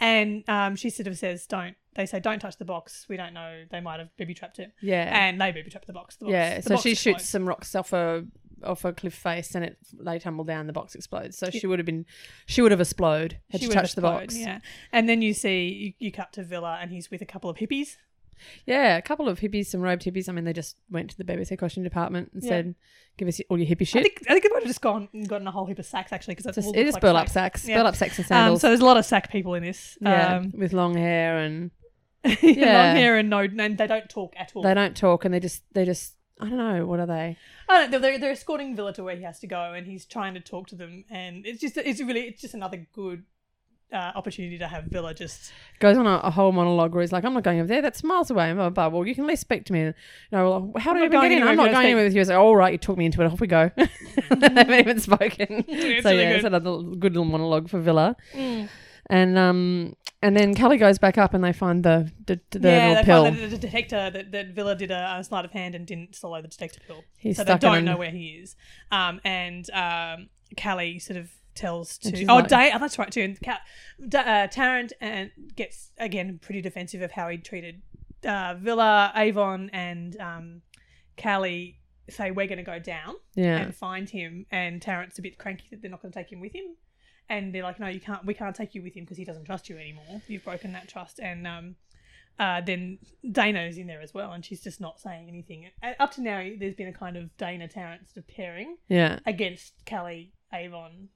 Speaker 1: And um, she sort of says, "Don't." They say, "Don't touch the box. We don't know. They might have booby trapped it."
Speaker 2: yeah
Speaker 1: And they booby trapped the box. The box
Speaker 2: yeah
Speaker 1: the
Speaker 2: so
Speaker 1: box
Speaker 2: she shoots
Speaker 1: explodes.
Speaker 2: some rocks off a off a cliff face and it they tumble down the box explodes so she would have been she would have exploded had she,
Speaker 1: would have
Speaker 2: touched the
Speaker 1: exploded,
Speaker 2: box
Speaker 1: Yeah. And then you see you, you cut to Villa, and he's with a couple of hippies.
Speaker 2: Yeah, a couple of hippies some robed hippies i mean they just went to the bbc costume department and
Speaker 1: Yeah.
Speaker 2: said give us all your hippie
Speaker 1: I
Speaker 2: shit
Speaker 1: think I think they might have just gone and gotten a whole heap of sacks actually because that's
Speaker 2: Just-
Speaker 1: all
Speaker 2: it
Speaker 1: looks
Speaker 2: is
Speaker 1: like
Speaker 2: burlap sacks,
Speaker 1: Yeah.
Speaker 2: burlap sacks and
Speaker 1: Um,
Speaker 2: sandals
Speaker 1: so there's a lot of sack people in this.
Speaker 2: yeah,
Speaker 1: Um,
Speaker 2: with long hair and Yeah.
Speaker 1: long hair and no, and they don't talk at all.
Speaker 2: They don't talk and they just they just I don't know, what are they?
Speaker 1: I don't know. They're, they're escorting Villa to where he has to go, and he's trying to talk to them, and it's just it's really it's just another good uh, opportunity to have Villa just
Speaker 2: Goes on a, a whole monologue where he's like, I'm not going over there, that's miles away. Blah, blah, blah. Well, you can at least speak to me. And, you know, well, how do
Speaker 1: I'm not
Speaker 2: I even get
Speaker 1: going
Speaker 2: in? I'm
Speaker 1: anywhere,
Speaker 2: not
Speaker 1: can I
Speaker 2: going
Speaker 1: speak?
Speaker 2: anywhere with you. It's like, "Oh, all right, you talked me into it. Off we go. they haven't even spoken. so,
Speaker 1: really
Speaker 2: yeah,
Speaker 1: good.
Speaker 2: it's
Speaker 1: Mm.
Speaker 2: another l- good little monologue for Villa. And um, and then Kelly goes back up and they find the, the, the
Speaker 1: yeah.
Speaker 2: little
Speaker 1: They
Speaker 2: pill.
Speaker 1: find that the detector that, that Villa did a, uh sleight of hand and didn't swallow the detector pill,
Speaker 2: He's
Speaker 1: so
Speaker 2: stuck
Speaker 1: they
Speaker 2: in
Speaker 1: don't
Speaker 2: an-
Speaker 1: know where he is. Um, and um, Callie sort of tells to
Speaker 2: she's
Speaker 1: oh
Speaker 2: like-
Speaker 1: Day, oh, that's right too. And Cal, D- uh, Tarrant and gets again pretty defensive of how he treated uh, Villa, Avon, and um, Callie. Say we're going to go down.
Speaker 2: yeah.
Speaker 1: and find him. And Tarrant's a bit cranky that they're not going to take him with him. And they're like, no, you can't. We can't take you with him because he doesn't trust you anymore. You've broken that trust. And um, uh, then Dana's in there as well, and she's just not saying anything. Uh, Up to now, there's been a kind of Dana Tarrant sort of pairing
Speaker 2: Yeah.
Speaker 1: against Callie Avon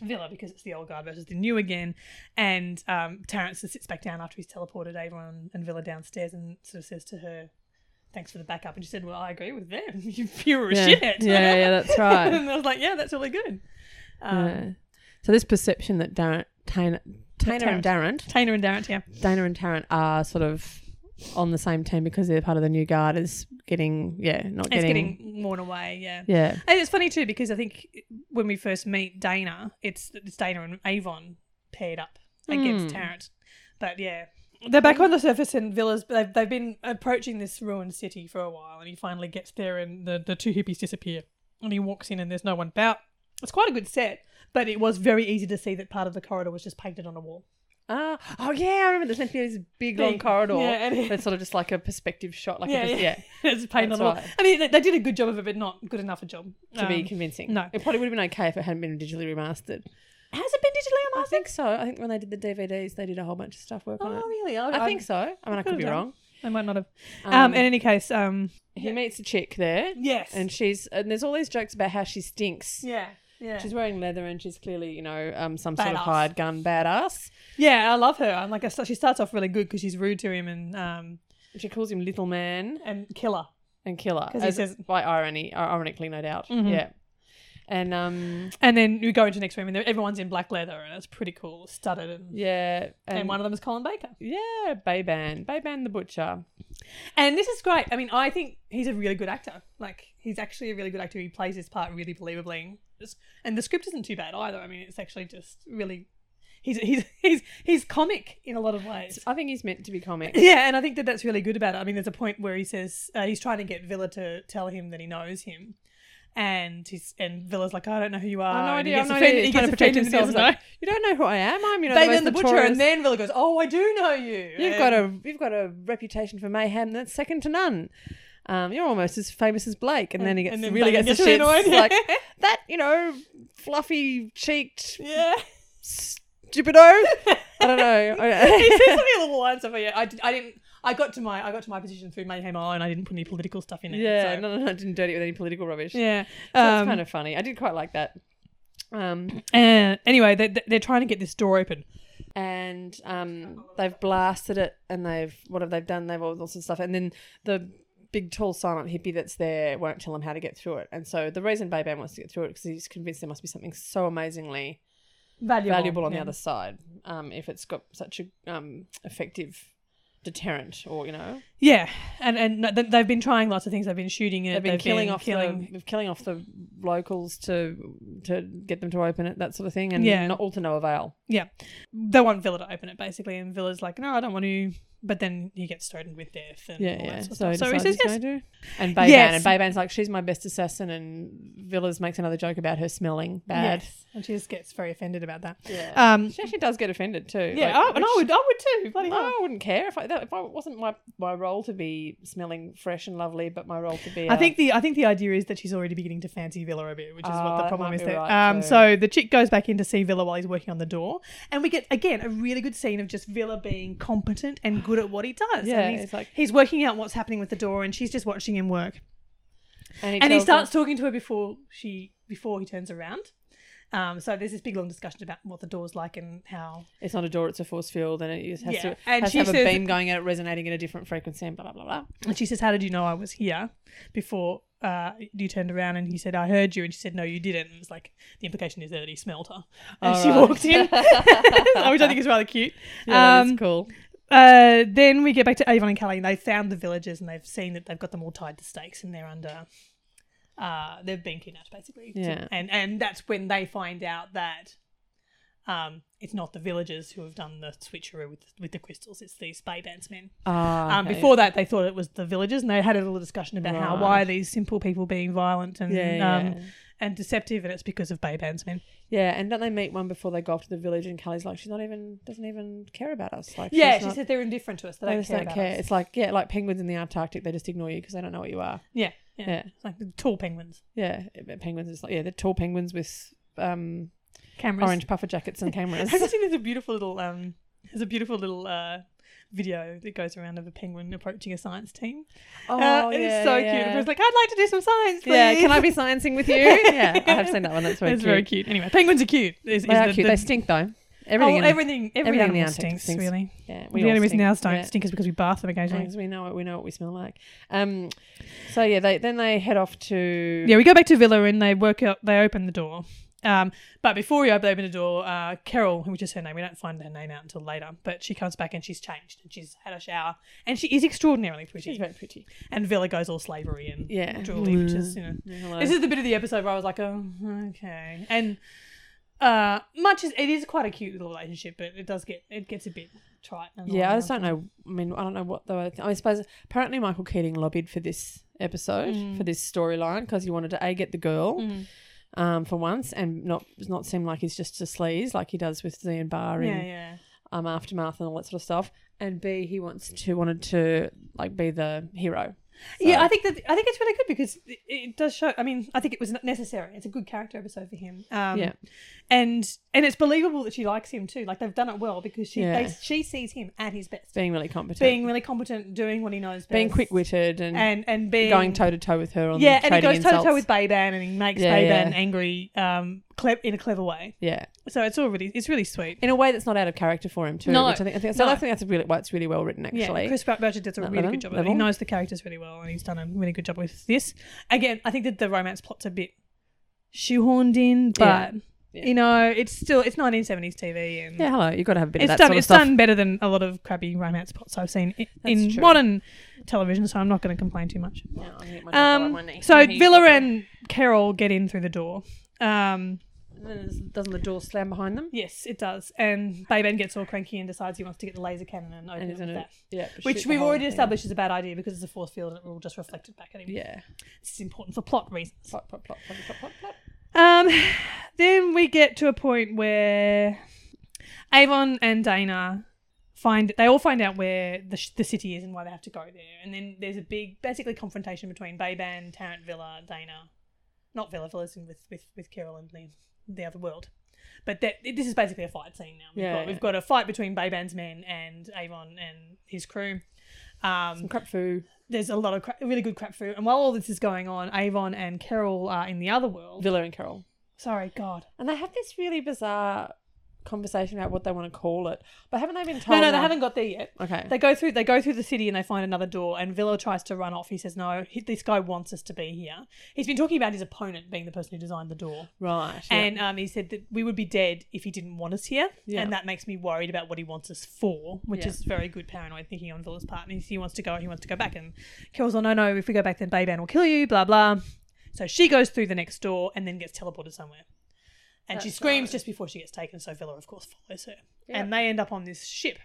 Speaker 1: Villa because it's the old guard versus the new again. And um, Terrence just sits back down after he's teleported Avon and Villa downstairs and sort of says to her, "Thanks for the backup." And she said, "Well, I agree with them. You pure as
Speaker 2: Yeah.
Speaker 1: shit."
Speaker 2: Yeah, yeah, that's right.
Speaker 1: and I was like, "Yeah, that's really good." Um,
Speaker 2: yeah. So this perception that Darren, Tana, Tana and Darren
Speaker 1: Tana and Darren, yeah.
Speaker 2: Dana and Tarrant are sort of on the same team because they're part of the new guard is getting yeah not
Speaker 1: It's
Speaker 2: getting,
Speaker 1: getting worn away, yeah.
Speaker 2: yeah
Speaker 1: And it's funny too because I think when we first meet Dana, it's it's Dana and Avon paired up against Tarrant. But yeah, Hmm. they're back on the surface and Villa's. They've, they've been approaching this ruined city for a while, and he finally gets there, and the the two hippies disappear, and he walks in, and there's no one about. It's quite a good set, but it was very easy to see that part of the corridor was just painted on a wall.
Speaker 2: ah oh yeah I remember there's meant to be this big, long
Speaker 1: Big.
Speaker 2: corridor
Speaker 1: Yeah, and it-
Speaker 2: that's sort of just like a perspective shot like
Speaker 1: Yeah,
Speaker 2: a, just, yeah.
Speaker 1: yeah. it's painted
Speaker 2: That's
Speaker 1: on a wall.
Speaker 2: right.
Speaker 1: I mean, they, they did a good job of it, but not good enough a job
Speaker 2: to be
Speaker 1: Um,
Speaker 2: convincing
Speaker 1: no.
Speaker 2: it probably would have been okay if it hadn't been digitally remastered
Speaker 1: Has it been digitally
Speaker 2: I
Speaker 1: on
Speaker 2: think so I think when they did the DVDs they did a whole bunch of stuff work on
Speaker 1: Oh,
Speaker 2: it
Speaker 1: really? I,
Speaker 2: I think so I mean I could
Speaker 1: could've
Speaker 2: be
Speaker 1: done.
Speaker 2: wrong
Speaker 1: I might not have.
Speaker 2: um,
Speaker 1: Um, in any case, um,
Speaker 2: he meets a chick there
Speaker 1: yes,
Speaker 2: and she's and there's all these jokes about how she stinks
Speaker 1: yeah, yeah,
Speaker 2: she's wearing leather and she's clearly you know um some sort of
Speaker 1: Badass.
Speaker 2: hired gun badass
Speaker 1: yeah. I love her. I'm like, I st- she starts off really good because she's rude to him and um
Speaker 2: And she calls him little man
Speaker 1: and killer.
Speaker 2: and killer
Speaker 1: 'Cause he
Speaker 2: as-
Speaker 1: says-
Speaker 2: by irony, or ironically, no doubt. Yeah, and um,
Speaker 1: And then we go into next room and they're- everyone's in black leather and it's pretty cool, studded and.
Speaker 2: yeah, and,
Speaker 1: And one of them is Colin Baker.
Speaker 2: yeah, Bayban, Bayban the butcher.
Speaker 1: And this is great. I mean, I think he's a really good actor. Like, he's actually a really good actor. He plays his part really believably. Just- And the script isn't too bad either. I mean, it's actually just really. He's, he's, he's, he's comic in a lot of ways.
Speaker 2: I think he's meant to be comic.
Speaker 1: Yeah, and I think that that's really good about it. I mean, there's a point where he says uh, he's trying to get Villa to tell him that he knows him, and he's and Villa's like, I don't know who you are.
Speaker 2: I have no
Speaker 1: and
Speaker 2: idea.
Speaker 1: He
Speaker 2: I'm
Speaker 1: gets
Speaker 2: not
Speaker 1: offended,
Speaker 2: even
Speaker 1: he
Speaker 2: trying
Speaker 1: gets
Speaker 2: to protect
Speaker 1: offended and
Speaker 2: himself.
Speaker 1: he's
Speaker 2: Like,
Speaker 1: like,
Speaker 2: you don't know who I am. I'm you know
Speaker 1: Baby
Speaker 2: the,
Speaker 1: and the
Speaker 2: most
Speaker 1: Butcher,
Speaker 2: notorious-
Speaker 1: and then Villa goes, "Oh, I do know you."
Speaker 2: You've
Speaker 1: And-
Speaker 2: got a you've got a reputation for mayhem that's second to none. Um, you're almost as famous as Blake, and, then he gets
Speaker 1: and then
Speaker 2: really
Speaker 1: Blake
Speaker 2: gets the
Speaker 1: gets
Speaker 2: shit.
Speaker 1: really annoyed.
Speaker 2: like that, you know, fluffy cheeked
Speaker 1: yeah.
Speaker 2: stupido. I don't know.
Speaker 1: he says
Speaker 2: I-
Speaker 1: something a little line stuff. but Yeah, I, did, I didn't. I got to my I got to my position through Mayhem Isle, and I didn't put any political stuff in it.
Speaker 2: yeah,
Speaker 1: so.
Speaker 2: no, no, no, I didn't dirty it with any political rubbish.
Speaker 1: yeah.
Speaker 2: so that's
Speaker 1: Um,
Speaker 2: kind of funny. I did quite like that. Um,
Speaker 1: And uh, anyway, they, they're trying to get this door open.
Speaker 2: and um, they've blasted it, and they've what have they done? They've all sorts of stuff, and then the big tall silent hippie that's there won't tell them how to get through it. And so the reason Bayban wants to get through it because he's convinced there must be something so amazingly
Speaker 1: Valuable,
Speaker 2: valuable on
Speaker 1: yeah.
Speaker 2: the other side. Um, if it's got such a um, effective deterrent, or you know,
Speaker 1: Yeah, and and th- they've been trying lots of things. They've been shooting it.
Speaker 2: they've been killing off
Speaker 1: killing.
Speaker 2: the killing off the locals to to get them to open it, that sort of thing, and
Speaker 1: Yeah.
Speaker 2: not all to no avail.
Speaker 1: Yeah, they want Villa to open it basically, and Villa's like, "No, I don't want to." But then he gets threatened with death and
Speaker 2: Yeah,
Speaker 1: all
Speaker 2: yeah.
Speaker 1: that sort of
Speaker 2: So,
Speaker 1: stuff. So he says, "Yes."
Speaker 2: And Bayban
Speaker 1: Yes.
Speaker 2: and Bayban's like, she's my best assassin, and Villas makes another joke about her smelling bad.
Speaker 1: Yes, and she just gets very offended about that.
Speaker 2: Yeah.
Speaker 1: Um,
Speaker 2: she actually does get offended too.
Speaker 1: yeah,
Speaker 2: Like,
Speaker 1: I, and I
Speaker 2: which-
Speaker 1: would, I would too. Bloody hell.
Speaker 2: I wouldn't care if I, that, if I it wasn't my, my role to be smelling fresh and lovely, but my role to be.
Speaker 1: I
Speaker 2: a-
Speaker 1: think the I think the idea is that she's already beginning to fancy Villa a bit, which is
Speaker 2: Oh,
Speaker 1: what the
Speaker 2: that
Speaker 1: problem
Speaker 2: might
Speaker 1: is
Speaker 2: be
Speaker 1: there.
Speaker 2: right
Speaker 1: um,
Speaker 2: too.
Speaker 1: so the chick goes back in to see Villa while he's working on the door, and we get again a really good scene of just Villa being competent and good at what he does.
Speaker 2: Yeah,
Speaker 1: and he's
Speaker 2: it's like-
Speaker 1: he's working out what's happening with the door, and she's just watching him work.
Speaker 2: and he,
Speaker 1: and he
Speaker 2: tells them-
Speaker 1: starts talking to her before she before he turns around. Um, so there's this big long discussion about what the door's like and how
Speaker 2: It's not a door; it's a force field, and it just has
Speaker 1: Yeah.
Speaker 2: to
Speaker 1: And
Speaker 2: has
Speaker 1: she
Speaker 2: to have
Speaker 1: says-
Speaker 2: a beam going at it, resonating at a different frequency, and blah blah blah blah.
Speaker 1: and she says, "How did you know I was here?" Before uh, you turned around and he said, "I heard you," and she said, "No, you didn't." And it's like the implication is that he smelled her, and
Speaker 2: All
Speaker 1: she
Speaker 2: right.
Speaker 1: walked in, which I think is rather cute. um,
Speaker 2: cool.
Speaker 1: uh, then we get back to Avon and Callie, and they found the villagers, and they've seen that they've got them all tied to stakes, and they're under. Uh, they've been kidnapped basically,
Speaker 2: Yeah.
Speaker 1: and and that's when they find out that, um, it's not the villagers who have done the switcheroo with with the crystals; it's these Bay Bands men.
Speaker 2: Ah,
Speaker 1: Um, before that, they thought it was the villagers, and they had a little discussion about how
Speaker 2: Right.
Speaker 1: why are these simple people being violent and
Speaker 2: Yeah,
Speaker 1: um,
Speaker 2: yeah.
Speaker 1: and deceptive, and it's because of Bay Bands men.
Speaker 2: Yeah, and don't they meet one before they go off to the village? And Kelly's like, she's not even doesn't even care about us. Like,
Speaker 1: Yeah,
Speaker 2: she's
Speaker 1: she
Speaker 2: not-
Speaker 1: said they're indifferent to us; they
Speaker 2: they
Speaker 1: don't
Speaker 2: just
Speaker 1: care.
Speaker 2: don't care. It's like yeah, like penguins in the Antarctic, they just ignore you because they don't know what you are.
Speaker 1: Yeah, yeah,
Speaker 2: Yeah.
Speaker 1: It's like the tall penguins,
Speaker 2: Yeah, but penguins is like yeah, they're tall penguins with um
Speaker 1: cameras,
Speaker 2: orange puffer jackets and cameras.
Speaker 1: Have you seen there's a beautiful little um there's a beautiful little uh video that goes around of a penguin approaching a science team.
Speaker 2: oh,
Speaker 1: uh, it is so cute. It's like, I'd like to do some science, please.
Speaker 2: yeah, can I be sciencing with you? yeah, I have seen that one. That's very
Speaker 1: It's
Speaker 2: cute.
Speaker 1: very cute. Anyway, penguins are cute. Is, is
Speaker 2: They are
Speaker 1: the-
Speaker 2: cute.
Speaker 1: the-
Speaker 2: they stink though.
Speaker 1: Oh,
Speaker 2: Everything.
Speaker 1: well,
Speaker 2: in-
Speaker 1: everything, every
Speaker 2: everything in the
Speaker 1: animal
Speaker 2: Antarctic
Speaker 1: stinks,
Speaker 2: stinks.
Speaker 1: really.
Speaker 2: yeah,
Speaker 1: the only reason
Speaker 2: stink.
Speaker 1: ours don't
Speaker 2: Yeah.
Speaker 1: stink is because we bath them occasionally.
Speaker 2: Because we know what we know what we smell like. Um, so yeah, they then they head off to
Speaker 1: Yeah, we go back to Villa and they work out. They open the door, um, but before we open, open the door, uh, Carol, which is her name, we don't find her name out until later. But she comes back and she's changed and she's had a shower and she is extraordinarily pretty.
Speaker 2: She's very pretty.
Speaker 1: and Villa goes all slavery and
Speaker 2: Yeah.
Speaker 1: jewelry, which
Speaker 2: Mm.
Speaker 1: is you know.
Speaker 2: Hello.
Speaker 1: This is the bit of the episode where I was like, oh, okay, and uh, much as it is quite a cute little relationship, but it does get it gets a bit trite. and
Speaker 2: Yeah, I
Speaker 1: all
Speaker 2: just don't know. I mean, I don't know what the. I suppose apparently Michael Keating lobbied for this episode
Speaker 1: Mm.
Speaker 2: for this storyline because he wanted to a get the girl, um, for once, and not not seem like he's just a sleaze like he does with Z and Bar
Speaker 1: that.
Speaker 2: and
Speaker 1: Yeah, yeah,
Speaker 2: um aftermath and all that sort of stuff. And B, he wants to wanted to like be the hero.
Speaker 1: yeah. I think that I think it's really good because it, it does show. I mean, I think it was necessary. It's a good character episode for him. Um,
Speaker 2: Yeah.
Speaker 1: and and it's believable that she likes him too. Like they've done it well because she
Speaker 2: Yeah.
Speaker 1: they, she sees him at his best,
Speaker 2: Being really competent,
Speaker 1: being really competent, doing what he knows, best,
Speaker 2: being quick witted, and,
Speaker 1: and and being
Speaker 2: going toe to toe with her on
Speaker 1: yeah, and he
Speaker 2: trading
Speaker 1: goes toe to
Speaker 2: insults.
Speaker 1: toe with Bayban, and he makes
Speaker 2: Yeah,
Speaker 1: Bayban
Speaker 2: yeah.
Speaker 1: angry, um, cle- in a clever way.
Speaker 2: yeah.
Speaker 1: So it's all really, it's really sweet.
Speaker 2: In a way that's not out of character for him too,
Speaker 1: No,
Speaker 2: which I think, I think so.
Speaker 1: no.
Speaker 2: I think that's really why it's really well written actually.
Speaker 1: Yeah, Chris Burchett does a
Speaker 2: That
Speaker 1: really
Speaker 2: level-
Speaker 1: good job. Of it. He
Speaker 2: level.
Speaker 1: knows the characters really well, and he's done a really good job with this. Again, I think that the romance plot's a bit shoehorned in,
Speaker 2: Yeah.
Speaker 1: but you know, it's still it's 1970s TV, and
Speaker 2: Yeah, hello. You've got to have a bit
Speaker 1: it's
Speaker 2: of that
Speaker 1: done
Speaker 2: sort of
Speaker 1: it's
Speaker 2: stuff.
Speaker 1: done better than a lot of crappy romance plots I've seen i-
Speaker 2: That's
Speaker 1: in
Speaker 2: true.
Speaker 1: modern television. So I'm not going to complain too much.
Speaker 2: I'm gonna get my dog on
Speaker 1: Um,
Speaker 2: my knee.
Speaker 1: so Villa and Carol get in through the door. Um,
Speaker 2: then doesn't the door slam behind them?
Speaker 1: Yes, it does. And Bayben gets all cranky and decides he wants to get the laser cannon and open
Speaker 2: And
Speaker 1: it
Speaker 2: he's
Speaker 1: with
Speaker 2: gonna
Speaker 1: that.
Speaker 2: yeah, shoot
Speaker 1: Which
Speaker 2: the
Speaker 1: we've
Speaker 2: whole
Speaker 1: already
Speaker 2: thing.
Speaker 1: established is a bad idea because it's a force field and it will just reflect it back at him.
Speaker 2: Yeah,
Speaker 1: It's important for plot reasons.
Speaker 2: plot, plot, plot, plot, plot, plot, plot.
Speaker 1: Um, then we get to a point where Avon and Dana find they all find out where the, sh- the city is and why they have to go there, and then there's a big basically confrontation between Bayban, Tarrant Villa, Dana, not Villa, Villa's in with with with Carol and the, the other world. But that this is basically a fight scene now. We've,
Speaker 2: Yeah,
Speaker 1: got,
Speaker 2: yeah.
Speaker 1: we've got a fight between Bayban's men and Avon and his crew. Um,
Speaker 2: Some crap foo.
Speaker 1: there's a lot of cra- really good crap food, and while all this is going on, Avon and Carol are in the other world.
Speaker 2: Villa and Carol.
Speaker 1: Sorry, God.
Speaker 2: And they have this really bizarre conversation about what they want to call it. But haven't they been
Speaker 1: No,
Speaker 2: told?
Speaker 1: no, they
Speaker 2: now-
Speaker 1: haven't got there yet.
Speaker 2: Okay.
Speaker 1: They go through. They go through the city and they find another door. And Villa tries to run off. He says, "No, he, this guy wants us to be here." He's been talking about his opponent being the person who designed the door,
Speaker 2: right. yeah.
Speaker 1: and um, he said that we would be dead if he didn't want us here,
Speaker 2: Yeah.
Speaker 1: and that makes me worried about what he wants us for, which
Speaker 2: Yeah.
Speaker 1: is very good paranoid thinking on Villa's part. And he, he wants to go. He wants to go back. And Carol's like, "No, no, if we go back, then Bayban will kill you." Blah blah. So she goes through the next door and then gets teleported somewhere. And she
Speaker 2: That's
Speaker 1: screams
Speaker 2: right.
Speaker 1: just before she gets taken, so Villa, of course, follows her. And they end up on this ship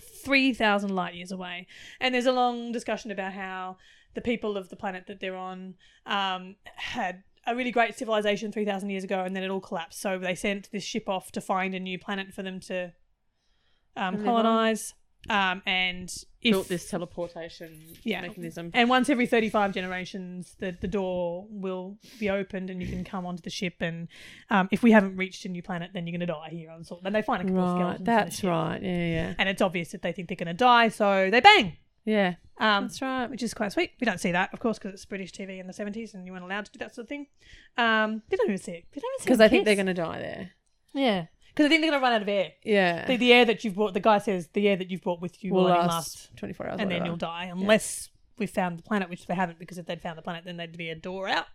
Speaker 1: 3,000 light years away. And there's a long discussion about how the people of the planet that they're on um, had a really great civilization 3,000 years ago and then it all collapsed. So they sent this ship off to find a new planet for them to um,
Speaker 2: on.
Speaker 1: colonize. Um, and if
Speaker 2: built this teleportation
Speaker 1: Yeah.
Speaker 2: mechanism.
Speaker 1: and once every 35 generations, the, the door will be opened and you can come onto the ship. And um, if we haven't reached a new planet, then you're going to die here. And so then they find a couple of skeletons.
Speaker 2: Right,
Speaker 1: in the
Speaker 2: that's
Speaker 1: ship.
Speaker 2: right. Yeah, yeah,
Speaker 1: And it's obvious that they think they're going to die, so they bang.
Speaker 2: yeah.
Speaker 1: Um,
Speaker 2: That's right.
Speaker 1: which is quite sweet. We don't see that, of course, because it's British TV in the 70s and you weren't allowed to do that sort of thing. Um, they don't even see it. They don't even see
Speaker 2: Because
Speaker 1: them
Speaker 2: I think they're
Speaker 1: kiss.
Speaker 2: going to die there.
Speaker 1: Yeah. Because I think they're going to run out of air.
Speaker 2: Yeah.
Speaker 1: The, the air that you've brought, the guy says, the air that you've brought with you will,
Speaker 2: will
Speaker 1: only
Speaker 2: last,
Speaker 1: last
Speaker 2: 24 hours.
Speaker 1: and
Speaker 2: or
Speaker 1: then
Speaker 2: whatever.
Speaker 1: you'll die unless we found the planet, which they haven't, because if they'd found the planet, then there'd be a door out.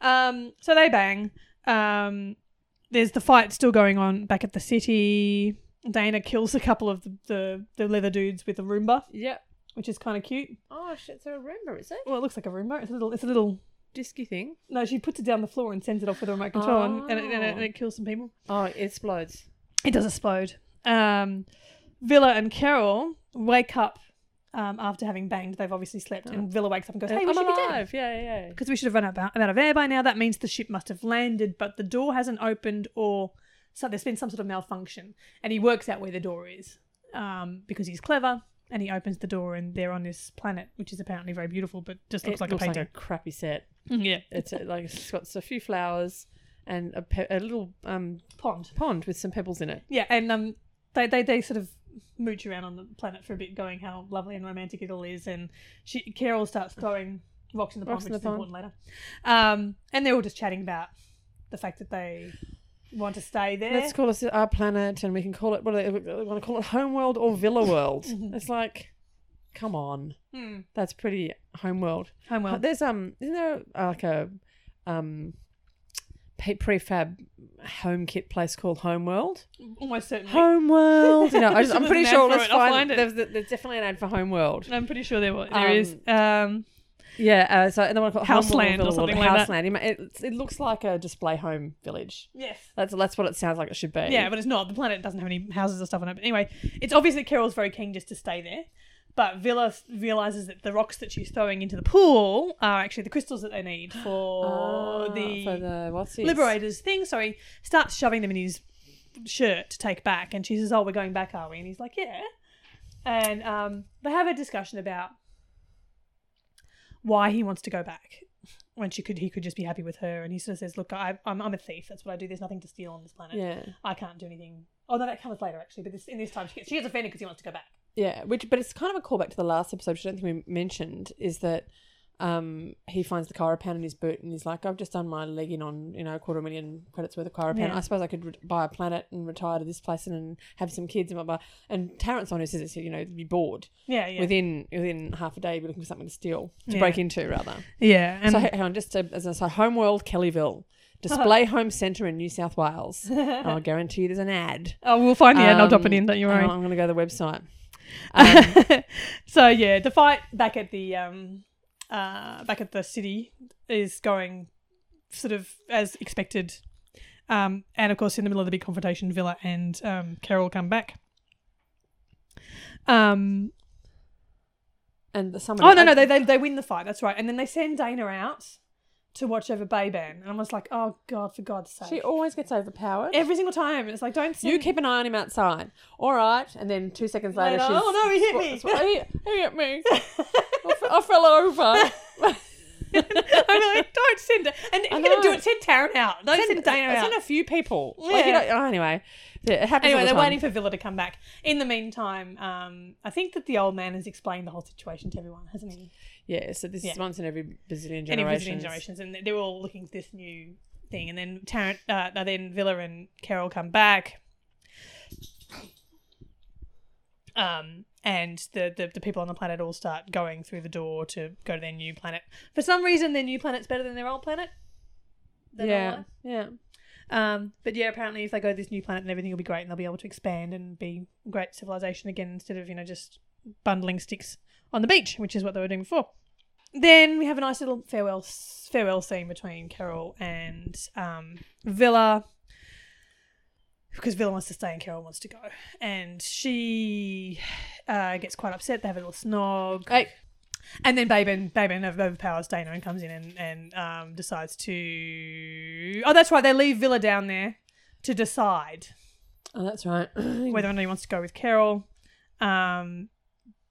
Speaker 1: Um, so they bang. Um, there's the fight still going on back at the city. Dana kills a couple of the, the, the leather dudes with a Roomba,
Speaker 2: Yep.
Speaker 1: which is kind of cute.
Speaker 2: Oh, shit. So a Roomba, is it?
Speaker 1: Well, it looks like a Roomba. It's a little. It's a little.
Speaker 2: Disky thing.
Speaker 1: No, she puts it down the floor and sends it off with a remote control, and, and, it, and, it, and it kills some people.
Speaker 2: Oh, it explodes.
Speaker 1: It does explode. Um, Villa and Carol wake up um, after having banged. They've obviously slept, and Villa wakes up and goes, "Hey, we
Speaker 2: I'm
Speaker 1: should be dead."
Speaker 2: alive. Yeah, yeah, yeah.
Speaker 1: because we should have run out, out of air by now. That means the ship must have landed, but the door hasn't opened, or so there's been some sort of malfunction. And he works out where the door is um, because he's clever, and he opens the door, and they're on this planet, which is apparently very beautiful, but just looks
Speaker 2: It
Speaker 1: like a painting.
Speaker 2: crappy set.
Speaker 1: yeah,
Speaker 2: It's uh, like it's got a few flowers and a, pe- a little um,
Speaker 1: pond.
Speaker 2: pond with some pebbles in it.
Speaker 1: Yeah, and um, they, they they sort of mooch around on the planet for a bit, going how lovely and romantic it all is, and she Carol starts throwing rocks in the
Speaker 2: Rocks
Speaker 1: pond,
Speaker 2: in
Speaker 1: which is
Speaker 2: the pond.
Speaker 1: important later. Um, and they're all just chatting about the fact that they want to stay there.
Speaker 2: Let's call us our planet, and we can call it. What do they, they want to call it? Homeworld or Villa World? it's like, come on,
Speaker 1: Hmm.
Speaker 2: that's pretty Homeworld.
Speaker 1: Homeworld.
Speaker 2: There's um, isn't there uh, like a um, pe- prefab home kit place called Homeworld?
Speaker 1: Almost certainly.
Speaker 2: Homeworld. You know, I just, I'm
Speaker 1: There's
Speaker 2: pretty
Speaker 1: an ad
Speaker 2: sure.
Speaker 1: for
Speaker 2: Let's
Speaker 1: it. I'll
Speaker 2: find,
Speaker 1: find it.
Speaker 2: There's, there's definitely an ad for Homeworld.
Speaker 1: I'm pretty sure there Um, was.
Speaker 2: there is. Yeah. Uh, so and they want to call it
Speaker 1: House
Speaker 2: Homeworld
Speaker 1: land or
Speaker 2: Villa World,
Speaker 1: something like that.
Speaker 2: House land. You might- It, it looks like a display home village.
Speaker 1: yes.
Speaker 2: That's that's what it sounds like it should be.
Speaker 1: Yeah, but it's not. The planet doesn't have any houses or stuff on it. But anyway, it's obvious that Carol's very keen just to stay there. But Villa realizes that the rocks that she's throwing into the pool are actually the crystals that they need for
Speaker 2: Ah,
Speaker 1: the,
Speaker 2: for the what's his?
Speaker 1: Liberators thing. So he starts shoving them in his shirt to take back. And she says, Oh, we're going back, are we? And he's like, Yeah. And um, they have a discussion about why he wants to go back when she could he could just be happy with her and he sort of says look I, I'm, I'm a thief that's what i do there's nothing to steal on this planet
Speaker 2: Yeah,
Speaker 1: I can't do anything. Oh no, that comes later actually. But this in this time she gets, she gets offended because he wants to go back.
Speaker 2: yeah. Which, but it's kind of a callback to the last episode, which I don't think we mentioned, is that um, he finds the chiropan in his boot and he's like, "I've just done my legging on, you know, a quarter of a million credits worth of chiropan.
Speaker 1: Yeah.
Speaker 2: I suppose I could re- buy a planet and retire to this place and, and have some kids and blah blah." And Terrence on who says it's you know, be bored
Speaker 1: Yeah, yeah,
Speaker 2: within within half a day, you're looking for something to steal to
Speaker 1: Yeah.
Speaker 2: break into rather.
Speaker 1: yeah. And
Speaker 2: so hang on, just to, as I say, Homeworld Kellyville. Display Home Centre in New South Wales. And I'll guarantee you there's an ad.
Speaker 1: oh, we'll find the end. I'll drop it
Speaker 2: Um,
Speaker 1: in. Don't you
Speaker 2: hang
Speaker 1: worry.
Speaker 2: on, I'm going to go to the website. Um,
Speaker 1: so yeah, the fight back at the um, uh, back at the city is going sort of as expected. Um, and of course, in the middle of the big confrontation, Villa and um, Carol come back. Um,
Speaker 2: And the summoner.
Speaker 1: oh no, no, they, they they win the fight. That's right. And then they send Dana out to watch over Bayban, and I was like, oh god, for God's sake!
Speaker 2: She always gets overpowered.
Speaker 1: Every single time, it's like, don't send
Speaker 2: you keep an eye on him outside. All right. And then two seconds later,
Speaker 1: Later,
Speaker 2: she's.
Speaker 1: "Oh, no, he hit me."
Speaker 2: sw- he, he hit me. I, fe- I fell over.
Speaker 1: I'm like, don't send it. And if
Speaker 2: I
Speaker 1: you're going to do
Speaker 2: know.
Speaker 1: it, send Taryn out. Don't send, Dana
Speaker 2: I
Speaker 1: out.
Speaker 2: sent a few people. Like,
Speaker 1: Yeah.
Speaker 2: you know, oh, anyway, yeah, it happens.
Speaker 1: anyway,
Speaker 2: all the
Speaker 1: they're
Speaker 2: time.
Speaker 1: waiting for Villa to come back. In the meantime, um, I think that the old man has explained the whole situation to everyone, hasn't he?
Speaker 2: Yeah, so this
Speaker 1: Yeah.
Speaker 2: is once in every bazillion generations.
Speaker 1: Any visiting generations, and they're all looking for this new thing. And then Tarrant, uh, no, then Villa and Carol come back. Um, and the, the the people on the planet all start going through the door to go to their new planet. For some reason, their new planet's better than their old planet. Than our
Speaker 2: Yeah,
Speaker 1: one.
Speaker 2: yeah.
Speaker 1: Um, but yeah, apparently, if they go to this new planet, then everything will be great, and they'll be able to expand and be great civilization again instead of you know just bundling sticks on the beach, which is what they were doing before. Then we have a nice little farewell farewell scene between Carol and um, Villa because Villa wants to stay and Carol wants to go, and she uh, gets quite upset. They have a little snog.
Speaker 2: Hey,
Speaker 1: And then Babin, Babin over- overpowers Dana and comes in and, and um, decides to. Oh, that's right. They leave Villa down there to decide
Speaker 2: oh, that's right.
Speaker 1: whether or not he wants to go with Carol. Um,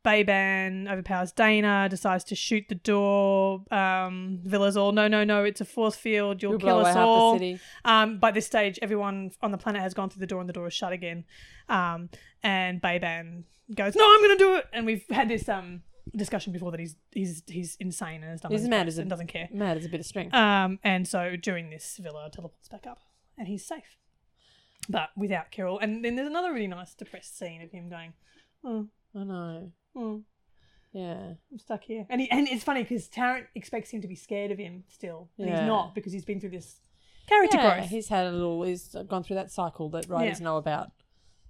Speaker 1: Baban overpowers Dana, decides to shoot the door. Um, Villa's all, no, no, no, it's a force field. You'll,
Speaker 2: You'll
Speaker 1: kill
Speaker 2: blow
Speaker 1: us
Speaker 2: out the
Speaker 1: all.
Speaker 2: city.
Speaker 1: Um, by this stage, everyone on the planet has gone through the door and the door is shut again. Um, and Baban goes, no, I'm going to do it. And we've had this um, discussion before that he's he's he's insane and is dumb
Speaker 2: He's
Speaker 1: as
Speaker 2: mad
Speaker 1: bricks
Speaker 2: as a-
Speaker 1: and doesn't care.
Speaker 2: Mad is a bit of string.
Speaker 1: Um, and so during this, Villa teleports back up, and he's safe, but without Carol. And then there's another really nice depressed scene of him going, "Oh,
Speaker 2: I know.
Speaker 1: oh
Speaker 2: Yeah.
Speaker 1: I'm stuck here." And he, and it's funny because Tarrant expects him to be scared of him still, and
Speaker 2: Yeah.
Speaker 1: he's not because he's been through this character
Speaker 2: yeah,
Speaker 1: growth.
Speaker 2: He's had a little. He's gone through that cycle that writers
Speaker 1: Yeah.
Speaker 2: know about.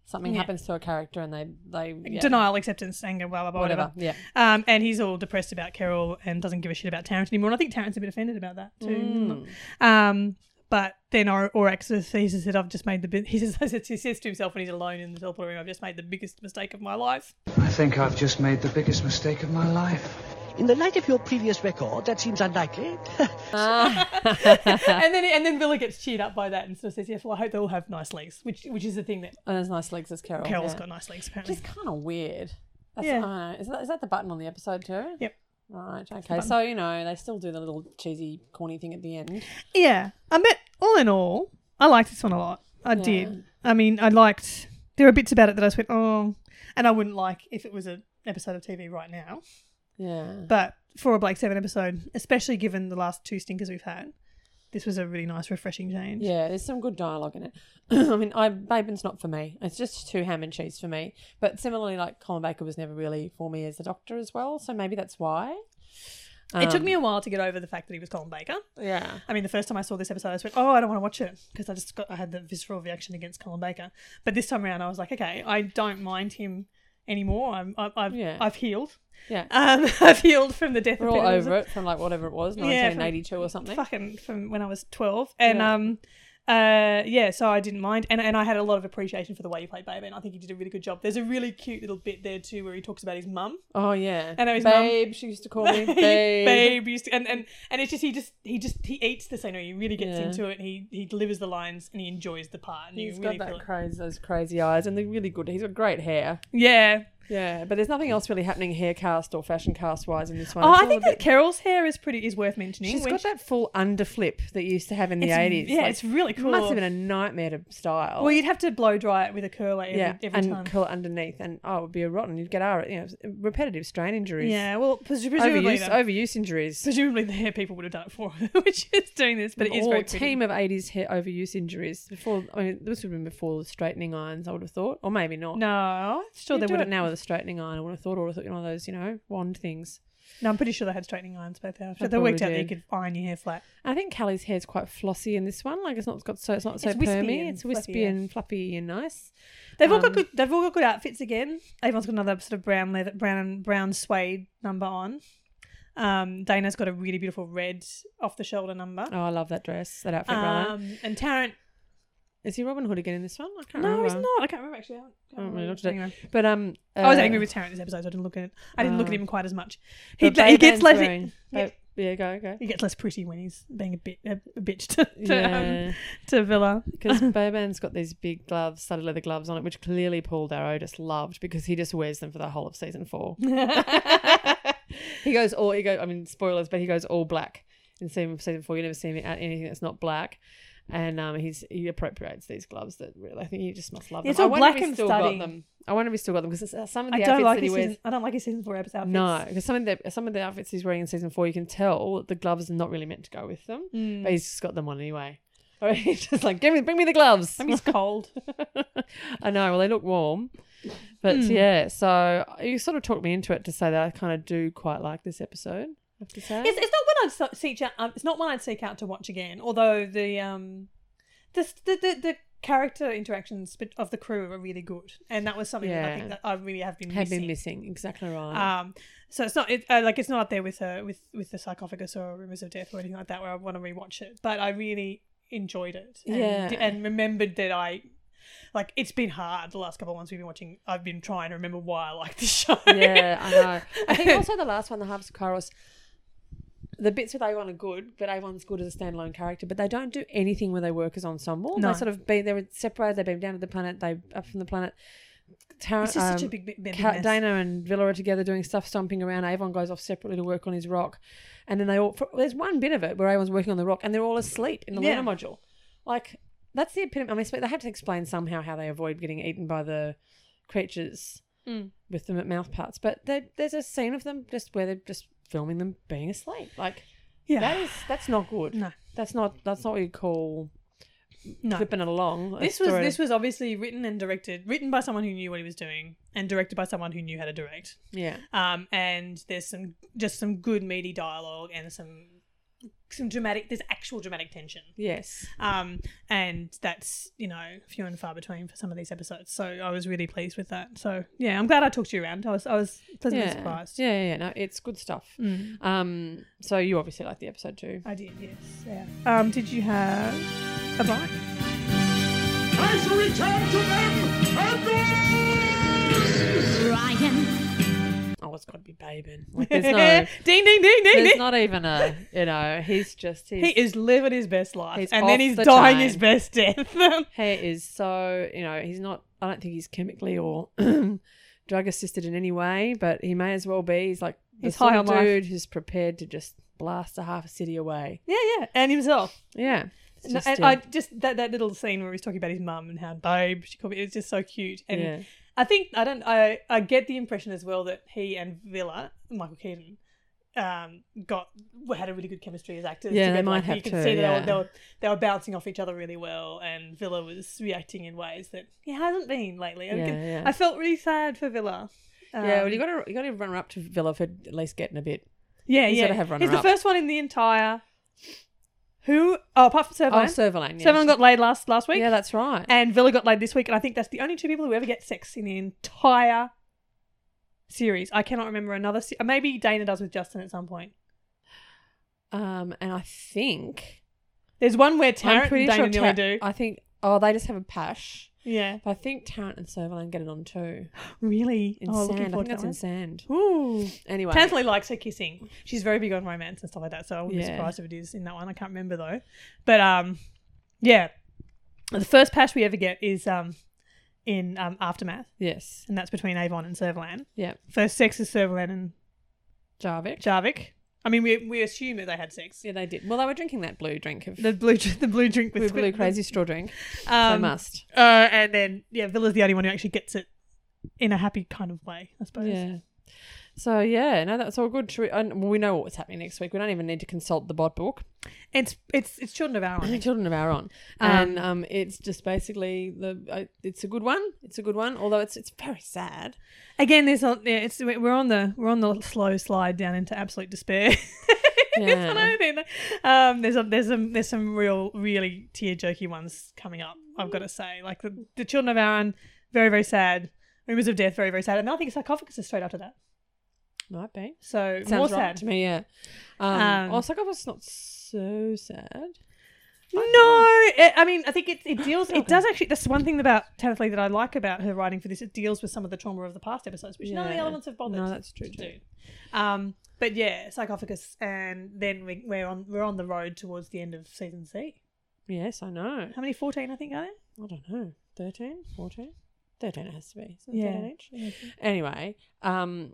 Speaker 2: Something
Speaker 1: Yeah.
Speaker 2: happens to a character, and they they yeah,
Speaker 1: Denial, acceptance, anger, blah blah blah, whatever.
Speaker 2: whatever. Yeah.
Speaker 1: Um, and he's all depressed about Carol and doesn't give a shit about Tarrant anymore. And I think Tarrant's a bit offended about that too.
Speaker 2: Mm.
Speaker 1: Um, but then or- Orax says that I've just made the bi- he says he says to himself when he's alone in the teleporter room, I've just made the biggest mistake of my life.
Speaker 7: I think I've just made the biggest mistake of my life.
Speaker 8: In the light of your previous record, that seems unlikely.
Speaker 1: and then and then Villa gets cheered up by that and sort of says, "Yes, well, I hope they all have nice legs," which which is the thing that
Speaker 2: And there's nice legs as Carol.
Speaker 1: Carol's
Speaker 2: Oh, yeah.
Speaker 1: got nice legs apparently.
Speaker 2: Which is kind of weird. That's,
Speaker 1: Yeah.
Speaker 2: I don't know. Is that, is that the button on the episode too?
Speaker 1: Yep.
Speaker 2: Right. Okay. So you know they still do the little cheesy, corny thing at the end.
Speaker 1: Yeah, I bet all in all, I liked this one a lot. I did. I mean, I liked. There are bits about it that I just went, oh, and I wouldn't like if it was an episode of TV right now.
Speaker 2: Yeah.
Speaker 1: But for a Blake Seven episode, especially given the last two stinkers we've had, this was a really nice, refreshing change.
Speaker 2: Yeah, there's some good dialogue in it. I mean, I Babin's not for me. It's just too ham and cheese for me. But similarly, like Colin Baker was never really for me as the Doctor as well. So maybe that's why.
Speaker 1: It
Speaker 2: Um,
Speaker 1: took me a while to get over the fact that he was Colin Baker.
Speaker 2: Yeah.
Speaker 1: I mean, the first time I saw this episode, I just went, "Oh, I don't want to watch it," because I just got I had the visceral reaction against Colin Baker. But this time around, I was like, "Okay, I don't mind him anymore. I'm, I, I've,
Speaker 2: Yeah.
Speaker 1: I've healed.
Speaker 2: Yeah.
Speaker 1: Um, I've healed from the death
Speaker 2: We're
Speaker 1: of
Speaker 2: all
Speaker 1: Peter
Speaker 2: over it from like whatever it was,
Speaker 1: Yeah, from-
Speaker 2: 1982 or something.
Speaker 1: fucking from when I was twelve, and
Speaker 2: Yeah.
Speaker 1: um, uh, yeah. So I didn't mind, and and I had a lot of appreciation for the way he played Baby, and I think he did a really good job. There's a really cute little bit there too where he talks about his mum,
Speaker 2: Oh yeah.
Speaker 1: And his mum-
Speaker 2: babe, she used to call me babe.
Speaker 1: babe used to, and and and it's just he just he just he eats the scenery. He really gets
Speaker 2: Yeah.
Speaker 1: into it. He he delivers the lines and he enjoys the part. And
Speaker 2: He's
Speaker 1: you really
Speaker 2: got
Speaker 1: feel
Speaker 2: that
Speaker 1: it.
Speaker 2: crazy, those crazy eyes, and they're really good. He's got great hair.
Speaker 1: yeah.
Speaker 2: Yeah, but there's nothing else really happening hair cast or fashion cast wise in this one.
Speaker 1: Oh,
Speaker 2: It's
Speaker 1: I
Speaker 2: all
Speaker 1: think
Speaker 2: a
Speaker 1: that
Speaker 2: bit-
Speaker 1: Carol's hair is pretty is worth mentioning.
Speaker 2: she's
Speaker 1: when
Speaker 2: got
Speaker 1: she-
Speaker 2: that full underflip that you used to have in the
Speaker 1: It's-
Speaker 2: 80s.
Speaker 1: yeah,
Speaker 2: Like,
Speaker 1: it's really cool.
Speaker 2: Must have been a nightmare to style.
Speaker 1: well, you'd have to blow dry it with a curler every,
Speaker 2: yeah,
Speaker 1: every
Speaker 2: and
Speaker 1: time.
Speaker 2: curl it underneath, and oh, it would be a rotten. You'd get our, you know, repetitive strain injuries.
Speaker 1: yeah, well, pres- presumably
Speaker 2: overuse,
Speaker 1: the,
Speaker 2: overuse injuries.
Speaker 1: presumably the hair people would have done it for her, which is doing this, but it is
Speaker 2: or
Speaker 1: very pretty.
Speaker 2: team of 80s hair overuse injuries. Before, I mean, this would have been before the straightening irons. I would have thought, or maybe not.
Speaker 1: No, I'm sure
Speaker 2: Sure,
Speaker 1: they
Speaker 2: they
Speaker 1: would
Speaker 2: would it
Speaker 1: have.
Speaker 2: now with a straightening iron. I would have thought, or I thought, you know, those, you know, wand things.
Speaker 1: No, I'm pretty sure they had straightening irons both out.
Speaker 2: They
Speaker 1: But they worked
Speaker 2: probably
Speaker 1: out that you
Speaker 2: did.
Speaker 1: could iron your hair flat.
Speaker 2: I think Callie's hair's quite flossy in this one. Like it's not got so it's not so
Speaker 1: It's wispy
Speaker 2: permy.
Speaker 1: and
Speaker 2: It's wispy
Speaker 1: fluffy, yeah.
Speaker 2: and fluffy and nice.
Speaker 1: They've all got
Speaker 2: Um,
Speaker 1: good. They've all got good outfits again. Everyone's got another sort of brown leather, brown brown suede number on. Um, Dana's got a really beautiful red off the shoulder number.
Speaker 2: Oh, I love that dress, that outfit, rather.
Speaker 1: Um, and Tarrant
Speaker 2: Is he Robin Hood again in this one? I can't
Speaker 1: No,
Speaker 2: remember.
Speaker 1: he's not. I can't remember actually. I don't-
Speaker 2: I don't really know
Speaker 1: remember.
Speaker 2: today.
Speaker 1: Anyway.
Speaker 2: But um,
Speaker 1: I was
Speaker 2: uh,
Speaker 1: angry with Tarrant this episode. So I didn't look at. It. I didn't look at
Speaker 2: Oh.
Speaker 1: him quite as much. He,
Speaker 2: but
Speaker 1: he
Speaker 2: Babe
Speaker 1: gets
Speaker 2: Anne's
Speaker 1: less.
Speaker 2: wearing-
Speaker 1: yeah.
Speaker 2: Babe- yeah, go go.
Speaker 1: He gets less pretty when he's being a bit a, a bitch to to, um,
Speaker 2: Yeah,
Speaker 1: to Villa.
Speaker 2: because Boban's got these big gloves, studded leather gloves on it, which clearly Paul Darrow just loved because he just wears them for the whole of season four. he goes all he goes. I mean, spoilers, but he goes all black in season season four. You never see him at anything that's not black. And um, he's he appropriates these gloves that really, I think he just must love them.
Speaker 1: Yeah, it's
Speaker 2: I
Speaker 1: all
Speaker 2: wonder if
Speaker 1: black
Speaker 2: he's
Speaker 1: and
Speaker 2: still got
Speaker 1: studding.
Speaker 2: them. I wonder if he's still got them because some of the
Speaker 1: I
Speaker 2: outfits
Speaker 1: don't like
Speaker 2: that he
Speaker 1: his
Speaker 2: wears.
Speaker 1: season, I don't like his season four outfits.
Speaker 2: No, because some of the some of the outfits he's wearing in season four, you can tell that the gloves are not really meant to go with them,
Speaker 1: Mm.
Speaker 2: but he's just got them on anyway. Or he's just like, give me, bring me the gloves.
Speaker 1: I mean, it's cold.
Speaker 2: I know. Well, they look warm, but
Speaker 1: Hmm.
Speaker 2: yeah. So you sort of talked me into it to say that I kind of do quite like this episode. I have to say.
Speaker 1: It's, it's not one I'd se- seek out. Um, it's not one I'd seek out to watch again. Although the um, the the the, the character interactions bit- of the crew are really good, and that was something that I
Speaker 2: Yeah.
Speaker 1: think that I really have been
Speaker 2: Had
Speaker 1: missing.
Speaker 2: been missing exactly right.
Speaker 1: Um, so it's not it, uh, like it's not up there with uh, with with the sarcophagus or rumors of death or anything like that where I want to rewatch it. But I really enjoyed it. And,
Speaker 2: Yeah.
Speaker 1: and remembered that I. Like it's been hard the last couple of months we've been watching. I've been trying to remember why I like this show.
Speaker 2: yeah, I know. I think also the last one, the Harvest of Kairos, the bits with Avon are good, but Avon's good as a standalone character, but they don't do anything where they work as ensemble.
Speaker 1: No.
Speaker 2: They sort of be they're separated, they've been down to the planet, they up from the planet. Tara,
Speaker 1: It's just such a
Speaker 2: um,
Speaker 1: big, big, big
Speaker 2: Ca-
Speaker 1: mess.
Speaker 2: Dana and Villa are together doing stuff, stomping around. Avon goes off separately to work on his rock, and then they all. For, there's one bit of it where Avon's working on the rock, and they're all asleep in the
Speaker 1: Yeah.
Speaker 2: lunar module. Like that's the epitome. I mean, they had to explain somehow how they avoid getting eaten by the creatures
Speaker 1: Hmm.
Speaker 2: with them at mouth parts. But there- there's a scene of them just where they're just filming them being asleep. Like
Speaker 1: Yeah,
Speaker 2: that is that's not good.
Speaker 1: No.
Speaker 2: that's not that's not what you call
Speaker 1: no.
Speaker 2: flipping it along.
Speaker 1: This was this was obviously written and directed, written by someone who knew what he was doing, and directed by someone who knew how to direct.
Speaker 2: yeah.
Speaker 1: Um, and there's some just some good meaty dialogue and some some dramatic. There's actual dramatic tension.
Speaker 2: Yes.
Speaker 1: Um, and that's you know few and far between for some of these episodes. So I was really pleased with that. So yeah, I'm glad I talked you around. I was I was pleasantly
Speaker 2: yeah.
Speaker 1: surprised.
Speaker 2: Yeah, yeah, yeah. No, it's good stuff. Um, so you obviously like the episode too.
Speaker 1: Mm. I did. Yes. Yeah. Um, did you have a bite?
Speaker 5: I shall return to them
Speaker 2: Oh, it's got to be Babin. Like, there's no,
Speaker 1: ding ding ding ding
Speaker 2: there's
Speaker 1: ding.
Speaker 2: not even a, you know, he's just he's,
Speaker 1: He is living his best life,
Speaker 2: He's
Speaker 1: and then
Speaker 2: off
Speaker 1: he's
Speaker 2: the
Speaker 1: dying
Speaker 2: chain.
Speaker 1: his best death.
Speaker 2: he is so, you know, he's not. I don't think he's chemically or drug assisted in any way, but he may as well be. He's like the
Speaker 1: He's
Speaker 2: sort
Speaker 1: high
Speaker 2: of
Speaker 1: on life.
Speaker 2: dude who's prepared to just blast a half a city away.
Speaker 1: Yeah, yeah, and himself.
Speaker 2: Yeah. It's
Speaker 1: No,
Speaker 2: just,
Speaker 1: and
Speaker 2: uh,
Speaker 1: I just that, that little scene where he's talking about his mum and how babe she called me. It's just so cute. And
Speaker 2: Yeah.
Speaker 1: I think I don't. I I get the impression as well that he and Villa Michael Keaton um got had a really good chemistry as actors.
Speaker 2: Yeah, they
Speaker 1: together.
Speaker 2: might
Speaker 1: Like,
Speaker 2: have
Speaker 1: You could
Speaker 2: to,
Speaker 1: see that they,
Speaker 2: yeah.
Speaker 1: were, they were they were bouncing off each other really well, and Villa was reacting in ways that he hasn't been lately. I,
Speaker 2: Yeah,
Speaker 1: can-
Speaker 2: yeah.
Speaker 1: I felt really sad for Villa. Um,
Speaker 2: yeah, well, you got to you got to run her up to Villa for at least getting a bit.
Speaker 1: yeah,
Speaker 2: he's
Speaker 1: yeah.
Speaker 2: gotta have
Speaker 1: He's the
Speaker 2: runner-up.
Speaker 1: first one in the entire. Who? Oh, apart from
Speaker 2: Oh,
Speaker 1: Servine.
Speaker 2: Serverlane. Yeah.
Speaker 1: Servine got laid last last week.
Speaker 2: Yeah, that's right.
Speaker 1: and Villa got laid this week, and I think that's the only two people who ever get sex in the entire series. I cannot remember another. Se- Maybe Dana does with Justin at some point.
Speaker 2: Um, and I think
Speaker 1: There's one where
Speaker 2: I'm
Speaker 1: Tarrant
Speaker 2: pretty
Speaker 1: and Dana
Speaker 2: sure
Speaker 1: nearly
Speaker 2: Tar-
Speaker 1: do.
Speaker 2: I think. Oh, they just have a pash.
Speaker 1: yeah,
Speaker 2: But I think Tarrant and Serverland get it on too.
Speaker 1: really.
Speaker 2: In
Speaker 1: oh, looking
Speaker 2: sand. I think
Speaker 1: forward to
Speaker 2: that's
Speaker 1: that.
Speaker 2: in
Speaker 1: one.
Speaker 2: sand.
Speaker 1: Ooh.
Speaker 2: Anyway.
Speaker 1: Tansley likes her kissing. She's very big on romance and stuff like that, so I wouldn't be
Speaker 2: Yeah.
Speaker 1: surprised if it is in that one. I can't remember though, but um, yeah, the first pash we ever get is um in um aftermath,
Speaker 2: Yes.
Speaker 1: and that's between Avon and Servalan.
Speaker 2: Yeah.
Speaker 1: First sex is Servalan and
Speaker 2: Jarvik.
Speaker 1: Jarvik. I mean, we we assume that they had sex.
Speaker 2: yeah, they did. Well, they were drinking that blue drink of
Speaker 1: The
Speaker 2: the
Speaker 1: blue, the blue drink with
Speaker 2: blue crazy straw drink. they
Speaker 1: Um,
Speaker 2: must.
Speaker 1: uh, and then yeah, Villa's the only one who actually gets it in a happy kind of way, I suppose.
Speaker 2: Yeah. So yeah, no, that's all good. Should We, and well, we know what's happening next week. We don't even need to consult the bod book.
Speaker 1: It's it's it's children of our own.
Speaker 2: Children of Aaron, and um, it's just basically the. I it's a good one. It's a good one. Although it's it's very sad.
Speaker 1: Again, there's a, yeah, it's we're on the we're on the slow slide down into absolute despair. That's what I mean. Um, there's a, there's some there's some real really tear jerky ones coming up. I've got to say, like the, the children of Aaron, very very sad. Rumors of death, very very sad. And I think sarcophagus is straight after that.
Speaker 2: Might be.
Speaker 1: So
Speaker 2: Sounds
Speaker 1: more
Speaker 2: right
Speaker 1: sad.
Speaker 2: to me, yeah. Um,
Speaker 1: Um,
Speaker 2: also, God, it's not so sad.
Speaker 1: No, it, I mean, I think it, it deals. It does actually. That's one thing about Tanith Lee that I like about her writing for this. It deals with some of the trauma of the past episodes, which none of the
Speaker 2: Yeah.
Speaker 1: elements have bothered.
Speaker 2: No, that's true
Speaker 1: to
Speaker 2: too.
Speaker 1: do. Um, but yeah, sarcophagus, and then we, we're on we're on the road towards the end of season C.
Speaker 2: Yes, I know.
Speaker 1: How many? Fourteen, I think, are there?
Speaker 2: I don't know. 13? 14? 13 it has to be. Isn't it
Speaker 1: Yeah.
Speaker 2: 13 each? Anyway, um,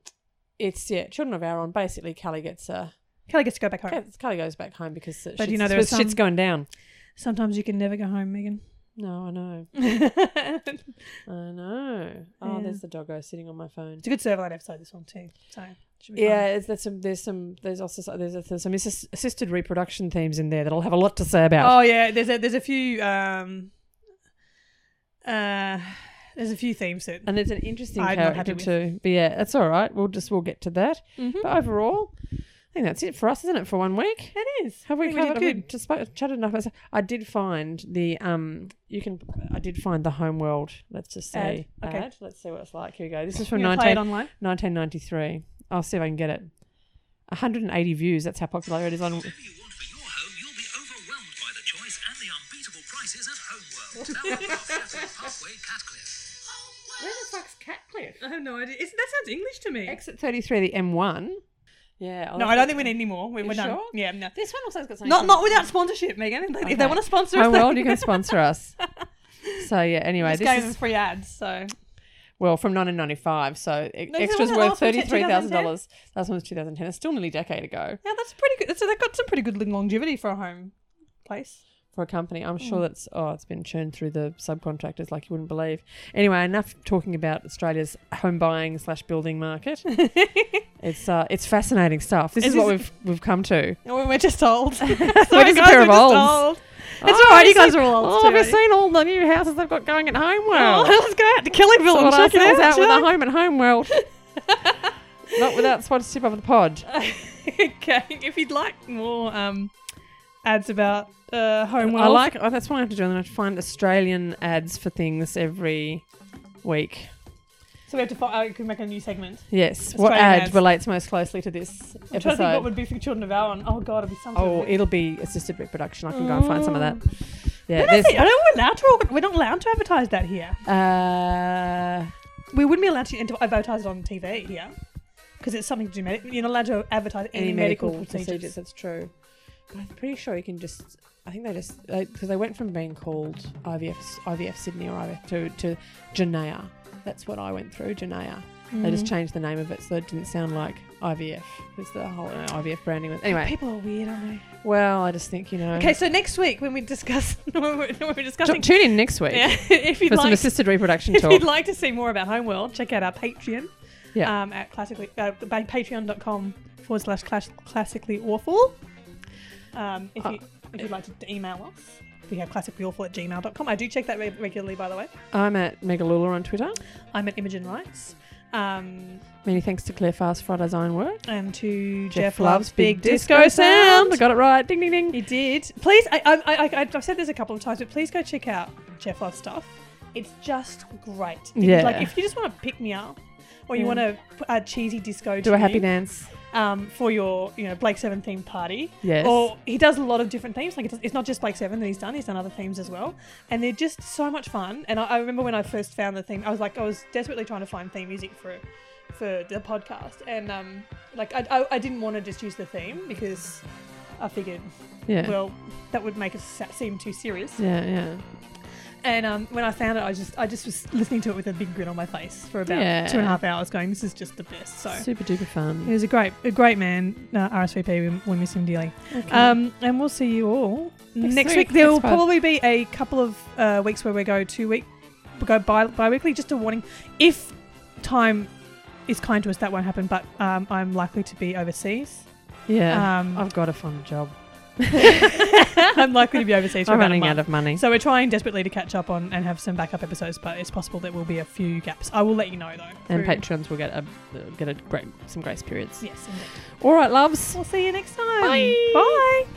Speaker 2: it's, yeah, Children of Aaron. Basically, Callie gets, uh,
Speaker 1: Kelly gets to go back home.
Speaker 2: Callie goes back home because uh,
Speaker 1: But,
Speaker 2: shit's,
Speaker 1: you know, there are
Speaker 2: shit's
Speaker 1: some-
Speaker 2: going down.
Speaker 1: Sometimes you can never go home, Megan.
Speaker 2: No, I know.
Speaker 1: it's
Speaker 2: I know. Oh,
Speaker 1: Yeah.
Speaker 2: there's the doggo sitting on my phone.
Speaker 1: a good Serverlight episode, this one too. So should be
Speaker 2: Yeah,
Speaker 1: fun.
Speaker 2: it's, there's some, there's some, there's also so- there's, there's some assis- assisted reproduction themes in there that I'll have a lot to say about.
Speaker 1: Oh yeah, there's a there's a few um uh there's a few themes that
Speaker 2: And there's an interesting
Speaker 1: I'm not
Speaker 2: character
Speaker 1: happy with.
Speaker 2: too. But yeah, that's all right. We'll just we'll get to that.
Speaker 1: Mm-hmm.
Speaker 2: But overall, I think that's it for us, isn't it? For one week.
Speaker 1: it is.
Speaker 2: Have we
Speaker 1: I think
Speaker 2: covered?
Speaker 1: did
Speaker 2: have we just spoke, chatted enough. I did find the um. You can. I did find the homeworld. Let's just say.
Speaker 1: Ad. Okay.
Speaker 2: ad. Let's see what it's like. Here we go. This is
Speaker 1: You're
Speaker 2: from
Speaker 1: gonna play
Speaker 2: 19,
Speaker 1: it online.
Speaker 2: 1993. I'll see if I can get it. 180 views. That's how popular it is on.
Speaker 9: you want for your home, you'll be overwhelmed by the choice and the unbeatable prices at Homeworld. Now at Rockcastle Parkway, Catcliffe.
Speaker 2: Where the fuck's Catcliffe?
Speaker 1: I have no idea. Isn't, that sounds English to me.
Speaker 2: Exit 33, the M1. Yeah.
Speaker 1: no, I don't think we need any more. We're,
Speaker 2: You
Speaker 1: we're done.
Speaker 2: sure?
Speaker 1: Yeah, no.
Speaker 2: This one also has got something.
Speaker 1: Not not without sponsorship, Megan. Like, If they
Speaker 2: Okay.
Speaker 1: want to sponsor us,
Speaker 2: Homeworld,
Speaker 1: they
Speaker 2: you can sponsor us. So yeah. Anyway,
Speaker 1: Just gave
Speaker 2: this
Speaker 1: them
Speaker 2: is
Speaker 1: free ads, so
Speaker 2: well from 1995. So e-
Speaker 1: No,
Speaker 2: extras
Speaker 1: wasn't that last
Speaker 2: worth
Speaker 1: one t-
Speaker 2: thirty-three thousand dollars. Last one was 2010. It's still nearly a decade ago
Speaker 1: yeah, that's pretty good. So they've got some pretty good longevity for a home place.
Speaker 2: for a company. I'm sure that's oh, it's been churned through the subcontractors like you wouldn't believe. Anyway, enough talking about Australia's home buying slash building market. it's uh, it's fascinating stuff. This
Speaker 1: It
Speaker 2: is what
Speaker 1: is-
Speaker 2: we've we've come to.
Speaker 1: And we we're just old. Sorry, guys,
Speaker 2: We're just a pair of
Speaker 1: just
Speaker 2: olds.
Speaker 1: old.
Speaker 2: It's
Speaker 1: all right, you guys are all old
Speaker 2: Oh, have
Speaker 1: too.
Speaker 2: you seen all the new houses they've got going at
Speaker 1: Oh,
Speaker 2: Homeworld?
Speaker 1: let's go out to Kellyville
Speaker 2: Sort
Speaker 1: and check it
Speaker 2: ourselves
Speaker 1: out.
Speaker 2: out with
Speaker 1: shall
Speaker 2: a home at Homeworld. Not without sponsorship of the pod.
Speaker 1: we? okay, if you'd like more um, ads about uh, home
Speaker 2: I like. Oh, that's what I have to do. I'm going to find Australian ads for things every week.
Speaker 1: so we have to find, I can make a new segment.
Speaker 2: Yes. what
Speaker 1: Australian
Speaker 2: ad
Speaker 1: ads.
Speaker 2: relates most closely to this
Speaker 1: I'm trying to think what
Speaker 2: episode?
Speaker 1: would be for Children of Our Own. Oh god, it'd be something.
Speaker 2: Oh, it'll be assisted reproduction. I can go and find some of that.
Speaker 1: Oh.
Speaker 2: Yeah.
Speaker 1: But I
Speaker 2: There's,
Speaker 1: think- I don't we're allowed to. We're not allowed to advertise that here.
Speaker 2: uh,
Speaker 1: We wouldn't be allowed to ent- advertise it on TV here because it's something to do. Med- you're not allowed to advertise any, medical, procedures.
Speaker 2: That's true. But I'm pretty sure you can just. I think they just because they went from being called IVF IVF Sydney or IVF to to Janaya. That's what I went through, Janaya. They
Speaker 1: Mm. Mm-hmm.
Speaker 2: just changed the name of it so it didn't sound like IVF. It's the whole uh, IVF branding. was- Anyway,
Speaker 1: People are weird, aren't they?
Speaker 2: well, I just think you know.
Speaker 1: Okay, so next week when we discuss when we're, when we're
Speaker 2: Tu-
Speaker 1: discussing
Speaker 2: tune in next week
Speaker 1: yeah, if you'd
Speaker 2: for some
Speaker 1: like
Speaker 2: assisted reproduction
Speaker 1: if
Speaker 2: talk.
Speaker 1: you'd like to see more about Homeworld, check out our Patreon.
Speaker 2: Yeah.
Speaker 1: Um, at classically uh, by patreon.com forward slash clash- classically awful. Um, if,
Speaker 2: Uh,
Speaker 1: you, if you'd like to email us, we have classicallyawful at gmail.com. I do check that re- regularly, by the way.
Speaker 2: I'm at Megalula on Twitter.
Speaker 1: I'm at Imogen Rights. Um,
Speaker 2: Many thanks to Claire Fast for her design work.
Speaker 1: and to Jeff, Love's Big Disco,
Speaker 2: I
Speaker 1: Sound.
Speaker 2: got it right. Ding ding ding.
Speaker 1: He did. Please, I, I, I, I, I've said this a couple of times, but please go check out Jeff Love stuff. It's just great. If you- Like
Speaker 2: Yeah.
Speaker 1: if you just want to pick me up, or you
Speaker 2: Yeah.
Speaker 1: want to add cheesy disco,
Speaker 2: Do a happy
Speaker 1: tune,
Speaker 2: dance.
Speaker 1: um, for your you know Blake Seven themed party.
Speaker 2: Yes.
Speaker 1: Or he does a lot of different themes. Like it's, it's not just Blake Seven that he's done. He's done other themes as well, and they're just so much fun. And I, I remember when I first found the theme, I was like, I was desperately trying to find theme music for for the podcast, and um, like I, I, I didn't want to just use the theme because I figured,
Speaker 2: Yeah.
Speaker 1: well, that would make us sa- seem too serious.
Speaker 2: yeah, yeah.
Speaker 1: And um, when I found it, I just I just was listening to it with a big grin on my face for about
Speaker 2: Yeah.
Speaker 1: two and a half hours, going, this is just the best. So
Speaker 2: Super duper
Speaker 1: he
Speaker 2: fun.
Speaker 1: was a great, a great man. Uh, RSVP, we, we miss him dearly. Um, and we'll see you all next, week.
Speaker 2: week,
Speaker 1: There
Speaker 2: next
Speaker 1: will
Speaker 2: pod.
Speaker 1: probably be a couple of uh, weeks where we go two week, we go bi bi-weekly. Just a warning: if time is kind to us, that won't happen. But um, I'm likely to be overseas.
Speaker 2: Yeah.
Speaker 1: Um,
Speaker 2: I've got to find a job.
Speaker 1: I'm likely to be overseas. For
Speaker 2: I'm
Speaker 1: about a
Speaker 2: running
Speaker 1: month.
Speaker 2: out of money.
Speaker 1: So we're trying desperately to catch up on and have some backup episodes, but it's possible there will be a few gaps. I will let you know though.
Speaker 2: and
Speaker 1: through-
Speaker 2: patrons will get a get a great some grace periods.
Speaker 1: Yes, indeed.
Speaker 2: All right, loves.
Speaker 1: We'll see you next time.
Speaker 2: Bye.
Speaker 1: Bye.